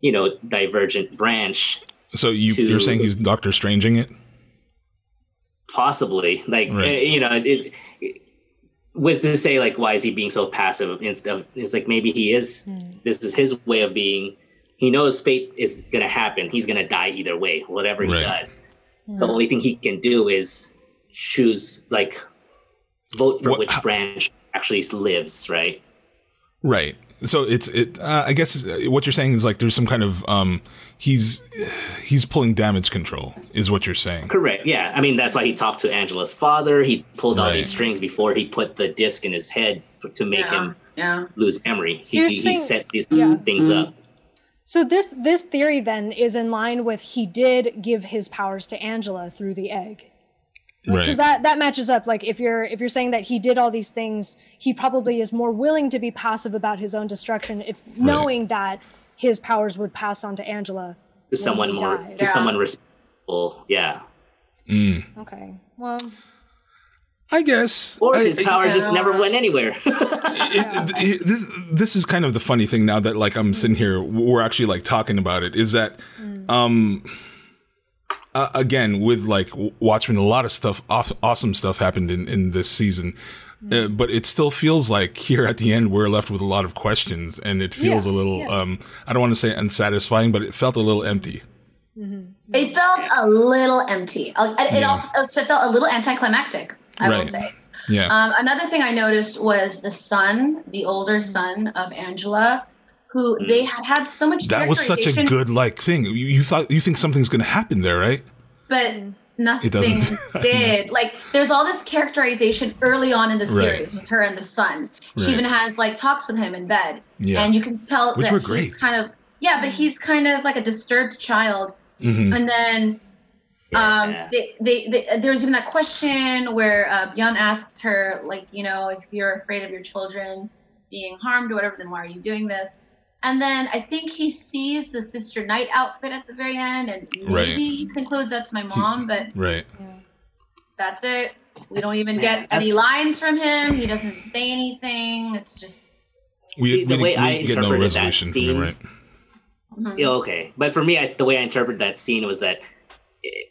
Speaker 3: you know, divergent branch
Speaker 1: So you
Speaker 3: To-
Speaker 1: you're saying he's Doctor Stranging it?
Speaker 3: possibly like
Speaker 1: Right.
Speaker 3: uh, you know it, it with to say like why is he being so passive instead of it's like maybe he is this is his way of being he knows fate is gonna happen he's gonna die either way whatever
Speaker 1: Right.
Speaker 3: he does the only thing he can do is choose like vote for
Speaker 1: What-
Speaker 3: which branch actually lives right
Speaker 1: Right. So it's it. Uh, I guess uh, what you're saying is like there's some kind of um. He's he's pulling damage control is what you're saying.
Speaker 3: correct yeah i mean that's why he talked to angela's father he pulled all
Speaker 1: Right.
Speaker 3: these strings before he put the disc in his head for, to make
Speaker 4: yeah,
Speaker 3: him
Speaker 4: yeah.
Speaker 3: lose memory
Speaker 2: So
Speaker 3: he,
Speaker 2: you're
Speaker 3: he, he
Speaker 2: saying-
Speaker 3: set these
Speaker 2: Yeah.
Speaker 3: things up
Speaker 2: So this this theory then is in line with he did give his powers to Angela through the egg.
Speaker 1: Right.
Speaker 2: Because that, that matches up. Like if you're if you're saying that he did all these things, he probably is more willing to be passive about his own destruction if knowing that his powers would pass on to Angela.
Speaker 3: to someone
Speaker 2: he
Speaker 3: more
Speaker 2: died.
Speaker 3: to
Speaker 4: Yeah.
Speaker 3: someone respectable yeah
Speaker 1: Mm.
Speaker 2: Okay. Well
Speaker 1: I guess.
Speaker 3: or
Speaker 1: I-
Speaker 3: his powers just
Speaker 4: Yeah.
Speaker 3: never went anywhere
Speaker 1: it- it- this, this is kind of the funny thing now that like I'm sitting here, we're actually like talking about it. Is that, um, uh, again with like W- Watchmen, a lot of stuff, off, awesome stuff happened in in this season, uh, but it still feels like here at the end we're left with a lot of questions, and it feels
Speaker 2: Yeah,
Speaker 1: a little,
Speaker 2: yeah.
Speaker 1: um, I don't want to say unsatisfying, but it felt a little empty.
Speaker 2: Mm-hmm.
Speaker 4: It felt a little empty. Uh, It, it
Speaker 1: Yeah.
Speaker 4: also felt a little anticlimactic, I will
Speaker 1: Right.
Speaker 4: say.
Speaker 1: Yeah,
Speaker 4: Um, another thing I noticed was the son, the older son of Angela, who they had had so much
Speaker 1: Mm. that was such a
Speaker 4: characterization,
Speaker 1: good like thing. You, you thought you think something's going to happen there, right?
Speaker 4: but
Speaker 1: It doesn't.
Speaker 4: nothing did. Like there's all this characterization early on in the
Speaker 1: Right.
Speaker 4: series with her and the son. She
Speaker 1: Right.
Speaker 4: even has like talks with him in bed,
Speaker 1: Yeah.
Speaker 4: and you can tell
Speaker 1: Which
Speaker 4: that
Speaker 1: were
Speaker 4: he's
Speaker 1: great.
Speaker 4: kind of yeah, but he's kind of like a disturbed child
Speaker 1: hmm
Speaker 4: and then um
Speaker 3: Yeah.
Speaker 4: they, they, they there was even that question where uh Beyond asks her like you know if you're afraid of your children being harmed or whatever then why are you doing this and then i think he sees the sister night outfit at the very end and maybe
Speaker 1: Right. Hmm.
Speaker 4: he concludes that's my mom but
Speaker 1: Right.
Speaker 4: that's it we don't even
Speaker 3: Man,
Speaker 4: get any
Speaker 3: that's-
Speaker 4: lines from him he doesn't say anything it's just
Speaker 3: The-
Speaker 1: We,
Speaker 3: the
Speaker 1: we,
Speaker 3: way
Speaker 1: we
Speaker 3: I
Speaker 1: didn't get no
Speaker 3: interpreted that
Speaker 1: resolution from
Speaker 3: scene-
Speaker 1: them, right?
Speaker 4: Mhm.
Speaker 3: Yeah, okay. But for me, I, the way I interpreted that scene was that it,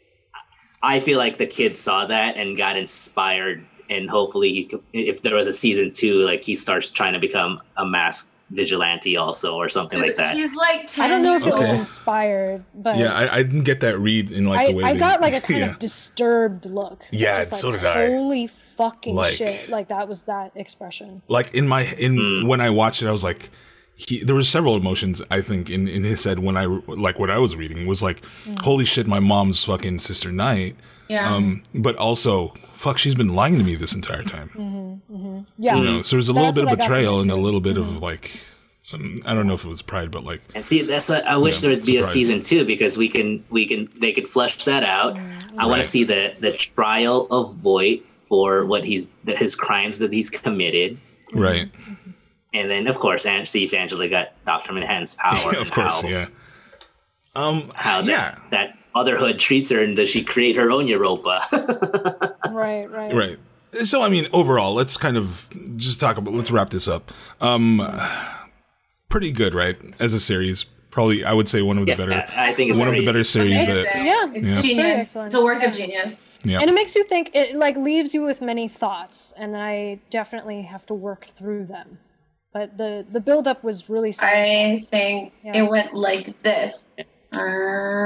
Speaker 3: I feel like the kid saw that and got inspired, and hopefully, he, could- if there was a season two, like he starts trying to become a mask vigilante also or something like that.
Speaker 4: He's like ten.
Speaker 2: I don't know if it was
Speaker 1: Okay.
Speaker 2: inspired, but
Speaker 1: Yeah, I, I didn't get that read in like the
Speaker 2: I,
Speaker 1: way
Speaker 2: I
Speaker 1: they-
Speaker 2: got like a kind
Speaker 1: Yeah.
Speaker 2: of disturbed look.
Speaker 1: Yeah,
Speaker 2: Just like,
Speaker 1: so did I.
Speaker 2: Holy fucking
Speaker 1: Like-
Speaker 2: shit! Like that was that expression.
Speaker 1: like in my in
Speaker 3: Mm.
Speaker 1: when I watched it, I was like, he, there were several emotions I think in in his head when I like what I was reading was like,
Speaker 2: Hmm.
Speaker 1: holy shit, my mom's fucking sister Knight.
Speaker 4: Yeah.
Speaker 1: Um, but also, fuck, she's been lying to me this entire time.
Speaker 2: Yeah,
Speaker 1: You know, so there's a little
Speaker 2: That's
Speaker 1: bit of
Speaker 2: what I got from
Speaker 1: betrayal
Speaker 2: it,
Speaker 1: and a
Speaker 2: too. Hmm.
Speaker 1: little bit of like, um, I don't know if it was pride, but like,
Speaker 3: And see, that's what I wish
Speaker 1: Yeah,
Speaker 3: there'd be a
Speaker 1: surprise.
Speaker 3: season two because we can we can they could flesh that out. I want
Speaker 1: Right.
Speaker 3: to see the the trial of Voight for what he's the, his crimes that he's committed,
Speaker 2: Hmm.
Speaker 1: right?
Speaker 3: and then of course, An- see if Angela got Doctor Manhattan's power.
Speaker 1: of
Speaker 3: and
Speaker 1: course,
Speaker 3: how,
Speaker 1: yeah. Um,
Speaker 3: How that
Speaker 1: yeah,
Speaker 3: that motherhood treats her, and does she create her own Europa?
Speaker 2: right, right,
Speaker 1: right. So I mean, overall, let's kind of just talk about. Let's wrap this up. Um, pretty good, right? As a series, probably I would say one of the
Speaker 3: yeah,
Speaker 1: better,
Speaker 3: I, I think it's
Speaker 1: one of the
Speaker 3: great.
Speaker 1: better series.
Speaker 4: It's,
Speaker 1: That,
Speaker 2: Yeah.
Speaker 4: it's
Speaker 1: Yeah.
Speaker 2: Very
Speaker 4: genius.
Speaker 2: excellent.
Speaker 4: It's a work
Speaker 2: Yeah.
Speaker 4: of genius.
Speaker 1: yeah,
Speaker 2: And it makes you think. It like leaves you with many thoughts, and I definitely have to work through them. But the the build up was really satisfying.
Speaker 4: I think
Speaker 2: Yeah.
Speaker 4: it went like this.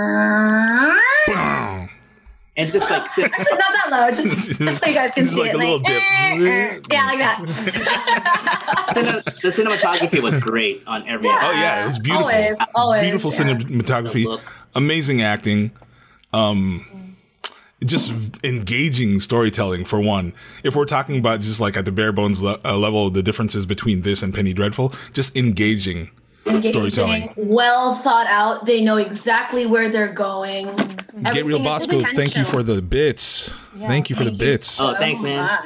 Speaker 4: Actually,
Speaker 3: and just like sit,
Speaker 4: not that low. Just, just so you guys can
Speaker 1: Just
Speaker 4: see
Speaker 1: like
Speaker 4: it.
Speaker 1: a little dip.
Speaker 4: eh, eh. Yeah, like that.
Speaker 3: cine- the cinematography was great on every
Speaker 1: Oh yeah, it was beautiful.
Speaker 4: Always, always.
Speaker 1: beautiful
Speaker 4: yeah.
Speaker 1: cinematography,
Speaker 3: Look.
Speaker 1: amazing acting, um, just engaging storytelling for one. If we're talking about just like at the bare bones le- uh, level, the differences between this and Penny Dreadful, just engaging.
Speaker 4: Engaging,
Speaker 1: storytelling.
Speaker 4: Well thought out. They know exactly where they're going.
Speaker 2: Mm-hmm.
Speaker 1: Get real Bosco. Thank you for the bits. thank you for the bits.
Speaker 4: Uh,
Speaker 3: Oh, thanks, man.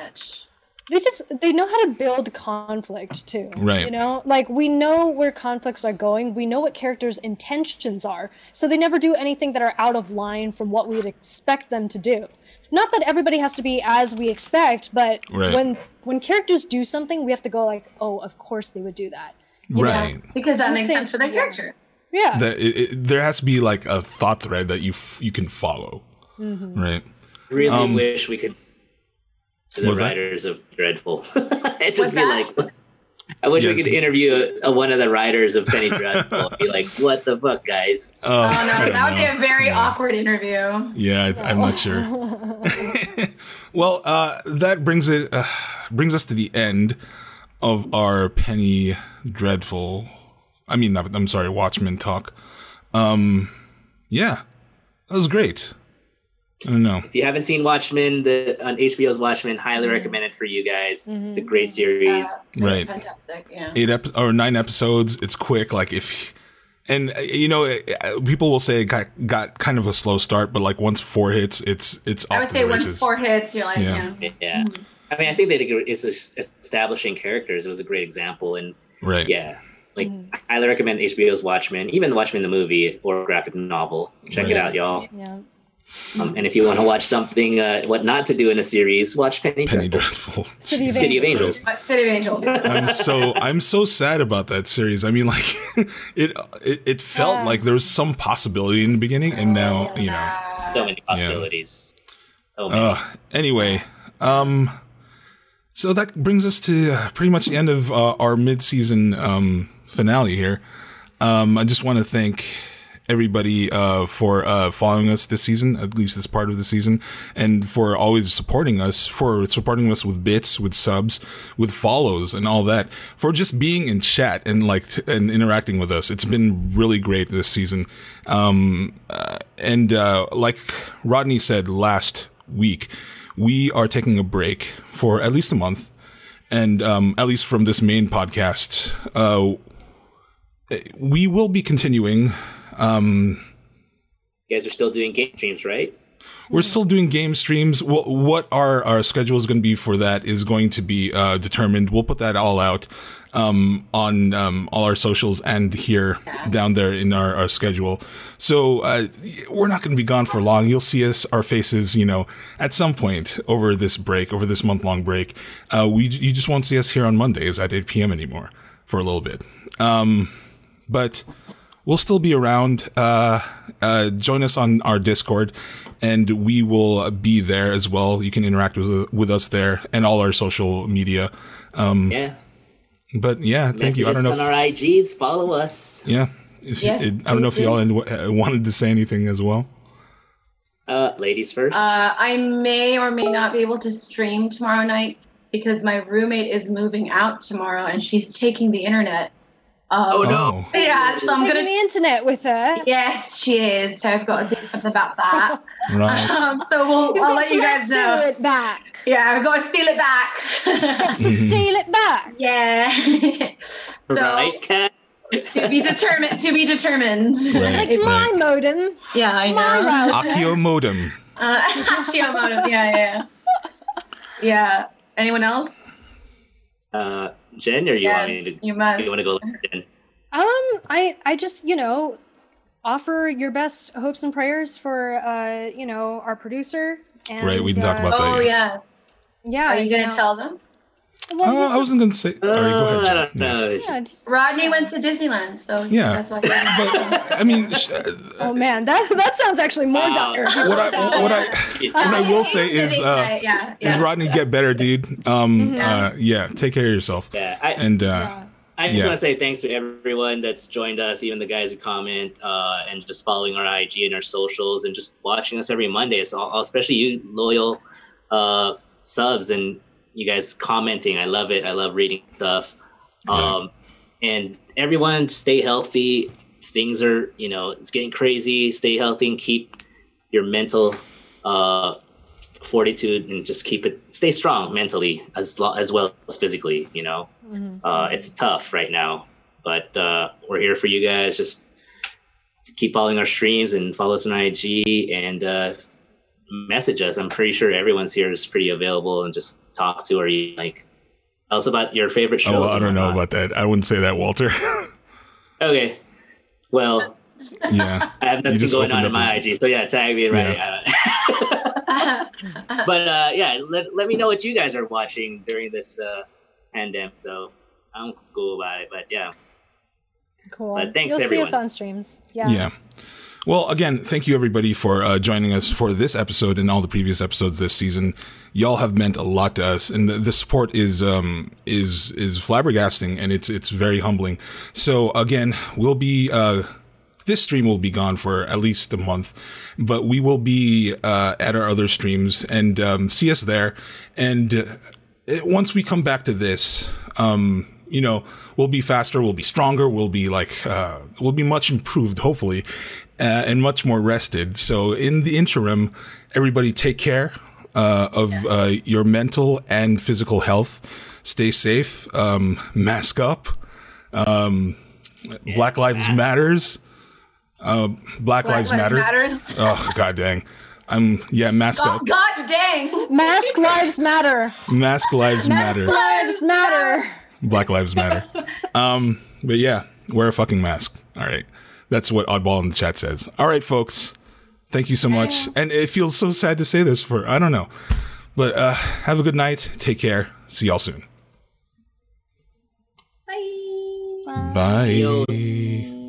Speaker 2: they just they know how to build conflict too
Speaker 1: Right.
Speaker 2: you know like we know where conflicts are going we know what characters intentions are so they never do anything that are out of line from what we'd expect them to do not that everybody has to be as we expect but
Speaker 1: Right.
Speaker 2: when when characters do something we have to go like oh of course they would do that you know?
Speaker 1: right.
Speaker 4: Because that
Speaker 2: I'm
Speaker 4: makes
Speaker 2: saying-
Speaker 4: sense for their
Speaker 2: yeah.
Speaker 4: character.
Speaker 2: yeah
Speaker 1: That it, it, there has to be like a thought thread that you f- you can follow.
Speaker 4: Mm-hmm.
Speaker 1: Right.
Speaker 3: really
Speaker 1: Um,
Speaker 3: wish we could to the
Speaker 1: What was that?
Speaker 3: writers of dreadful it just
Speaker 4: What's
Speaker 3: be
Speaker 4: that?
Speaker 3: like i wish
Speaker 1: Yeah,
Speaker 3: we could
Speaker 1: the-
Speaker 3: interview uh one of the writers of penny dreadful and be like what the fuck guys
Speaker 1: Uh,
Speaker 4: Oh no, that would be a very
Speaker 1: Yeah.
Speaker 4: awkward interview.
Speaker 1: Yeah, I, I'm not sure. well, uh, that brings it uh, brings us to the end of our Penny Dreadful. I mean, not, I'm sorry, Watchmen talk. Um, yeah, that was great. I don't know.
Speaker 3: if you haven't seen watchmen the on hbo's watchmen highly
Speaker 4: Mm-hmm.
Speaker 3: recommend it for you guys it's a great series
Speaker 4: Yeah,
Speaker 1: Right.
Speaker 4: Fantastic. Yeah.
Speaker 1: eight ep- or nine episodes. It's quick. Like if, and uh, you know, uh, people will say it got got kind of a slow start, but like once four hits, it's it's off
Speaker 4: I would
Speaker 1: to
Speaker 4: say
Speaker 1: the
Speaker 4: once
Speaker 1: races.
Speaker 4: four hits, you're like,
Speaker 1: Yeah.
Speaker 4: yeah. Mm-hmm.
Speaker 3: yeah i mean i think they did a great- it's es- establishing characters it was a great example and
Speaker 1: right?
Speaker 3: yeah like
Speaker 4: Mm-hmm.
Speaker 3: I highly recommend hbo's watchmen even watchmen the movie or graphic novel check it
Speaker 1: Right.
Speaker 3: out y'all
Speaker 2: yeah
Speaker 3: Um, and if you want to watch something, uh, what not to do in a series, watch Penny,
Speaker 1: Penny
Speaker 3: Dreadful.
Speaker 1: Dreadful.
Speaker 2: City of
Speaker 1: Jesus
Speaker 3: City of Angels.
Speaker 1: Christ.
Speaker 4: Uh, City of Angels.
Speaker 1: I'm so I'm so sad about that series. I mean, like it it, it felt
Speaker 2: Yeah.
Speaker 1: like there was some possibility in the beginning, and now you know.
Speaker 3: So many possibilities. So many.
Speaker 1: Uh, anyway, um, so that brings us to uh, pretty much the end of uh, our mid-season um, finale here. Um, I just want to thank everybody uh, for uh, following us this season, at least this part of the season, and for always supporting us, for supporting us with bits, with subs, with follows, and all that, for just being in chat and like t- and interacting with us. It's been really great this season. Um, uh, and uh, like Rodney said last week, we are taking a break for at least a month. And um, at least from this main podcast, uh, we will be continuing. Um,
Speaker 3: you guys are still doing game streams, right?
Speaker 1: we're still doing game streams. What, what our, our schedule is going to be for that is going to be uh, determined. We'll put that all out um, on um, all our socials and here down there in our, our schedule. So uh, we're not going to be gone for long. You'll see us, our faces, you know, at some point over this break, over this month long break. Uh, we you just won't see us here on Mondays at 8 p.m. anymore. for a little bit. Um, but we'll still be around. Uh, uh, join us on our Discord, and we will be there as well. You can interact with, with us there and all our social media. Um,
Speaker 3: Yeah.
Speaker 1: but yeah, thank you. I don't
Speaker 3: Message
Speaker 1: know.
Speaker 3: us
Speaker 1: If,
Speaker 3: on our IGs. Follow us.
Speaker 1: yeah, if,
Speaker 4: Yes,
Speaker 1: it, I don't know if
Speaker 4: please
Speaker 1: y'all uh, wanted to say anything as well.
Speaker 3: Uh, ladies first.
Speaker 4: Uh, I may or may not be able to stream tomorrow night because my roommate is moving out tomorrow and she's taking the internet. Um,
Speaker 3: Oh, no.
Speaker 4: Yeah, so I'm
Speaker 2: Taking
Speaker 4: gonna.
Speaker 2: the internet with her.
Speaker 4: Yes, she is. So I've got to do something about that.
Speaker 1: Oh, right.
Speaker 4: Um, so we'll,
Speaker 2: You've
Speaker 4: I'll
Speaker 2: got
Speaker 4: let
Speaker 2: to
Speaker 4: you guys
Speaker 2: steal
Speaker 4: know.
Speaker 2: it back.
Speaker 4: Yeah, I've got to steal it
Speaker 2: Got
Speaker 4: back.
Speaker 2: to
Speaker 1: Mhm.
Speaker 2: steal it back.
Speaker 4: yeah. so
Speaker 3: right, Kat?
Speaker 4: to be determined. To be determined.
Speaker 1: Right.
Speaker 2: Like my modem,
Speaker 4: Yeah, I
Speaker 2: my
Speaker 4: know.
Speaker 2: router.
Speaker 1: Akio modem.
Speaker 4: Uh, Hachio motive. Yeah, yeah. Yeah. Anyone else?
Speaker 3: Uh, Jen, or you want me
Speaker 4: yes,
Speaker 3: to?
Speaker 4: you must.
Speaker 3: You want to go? later, Jen?
Speaker 2: Um, I I just you know offer your best hopes and prayers for uh you know our producer. And,
Speaker 1: Right, we didn't talk
Speaker 2: uh,
Speaker 1: about-
Speaker 4: Oh
Speaker 1: Okay.
Speaker 4: yes.
Speaker 2: Yeah,
Speaker 4: Are you gonna
Speaker 2: know.
Speaker 4: tell them?
Speaker 2: Well,
Speaker 1: Uh,
Speaker 2: this
Speaker 1: I wasn't
Speaker 2: is-
Speaker 1: gonna say. All right, go ahead.
Speaker 3: Uh, I don't
Speaker 1: Jen. Yeah.
Speaker 3: know.
Speaker 2: yeah, just-
Speaker 4: Rodney went to Disneyland, so
Speaker 1: Yeah.
Speaker 4: that's why.
Speaker 1: But I mean, sh- uh,
Speaker 2: oh man, that that sounds actually more
Speaker 4: Uh,
Speaker 3: Wow.
Speaker 2: dire.
Speaker 1: what I what I
Speaker 3: Jeez.
Speaker 1: what I will say
Speaker 4: Yeah,
Speaker 1: is. Uh,
Speaker 4: yeah,
Speaker 1: is
Speaker 4: yeah. Mm-hmm.
Speaker 1: Rodney get better, dude? Um,
Speaker 2: Mhm.
Speaker 1: uh, yeah, take care of yourself.
Speaker 3: yeah, I,
Speaker 1: And uh,
Speaker 2: Yeah.
Speaker 3: I just
Speaker 1: Yeah.
Speaker 3: want to say thanks to everyone that's joined us, even the guys who comment uh, and just following our IG and our socials and just watching us every Monday. So, especially you loyal uh, subs and you guys commenting. I love it. I love reading stuff. Um, And everyone, stay healthy. Things are, you know, it's getting crazy. Stay healthy and keep your mental uh, fortitude and just keep it, stay strong mentally as, lo- as well as physically, you know.
Speaker 2: Mhm.
Speaker 3: Uh, it's tough right now, but uh, we're here for you guys. Just keep following our streams and follow us on IG and uh, message us. I'm pretty sure everyone's here is pretty available and just talk to or you like tell us about your favorite shows.
Speaker 1: oh, I
Speaker 3: and
Speaker 1: don't know
Speaker 3: whatnot.
Speaker 1: about that. I wouldn't say that, Walter.
Speaker 3: okay. Well,
Speaker 1: yeah,
Speaker 3: I have nothing
Speaker 1: just
Speaker 3: going on
Speaker 1: opened
Speaker 3: in
Speaker 1: up
Speaker 3: my IG, so yeah, tag me right. but uh, yeah, let, let me know what you guys are watching during this uh, pandemic. So I'm cool about it. But yeah,
Speaker 2: Cool.
Speaker 4: uh,
Speaker 3: But thanks,
Speaker 2: You'll see us
Speaker 3: everyone.
Speaker 2: on streams.
Speaker 1: yeah. Well, again, thank you everybody for uh, joining us for this episode and all the previous episodes this season. Y'all have meant a lot to us, and the, the support is um, is is flabbergasting, and it's it's very humbling. So again, we'll be. Uh, this stream will be gone for at least a month, but we will be uh, at our other streams and um, see us there. And uh, it, once we come back to this, um, you know, we'll be faster, we'll be stronger, we'll be like, uh, we'll be much improved, hopefully, uh, and much more rested. So, in the interim, everybody take care uh, of uh, your mental and physical health. Stay safe, um, mask up. Um, Black Lives Matters. Uh, Black,
Speaker 4: Black
Speaker 1: Lives, Matter.
Speaker 4: matters.
Speaker 1: Oh god dang. I'm yeah, mask
Speaker 4: God,
Speaker 1: up.
Speaker 4: God dang.
Speaker 2: Mask lives matter.
Speaker 1: Mask lives
Speaker 2: Mask
Speaker 1: matter.
Speaker 2: lives matter.
Speaker 1: Black lives matter. Um, but yeah, wear a fucking mask. All right. That's what Oddball in the chat says. All right, folks. Thank you so much. And it feels so sad to say this for I don't know. But uh have a good night. Take care. See y'all soon.
Speaker 4: Bye.
Speaker 1: Bye.
Speaker 3: Adios.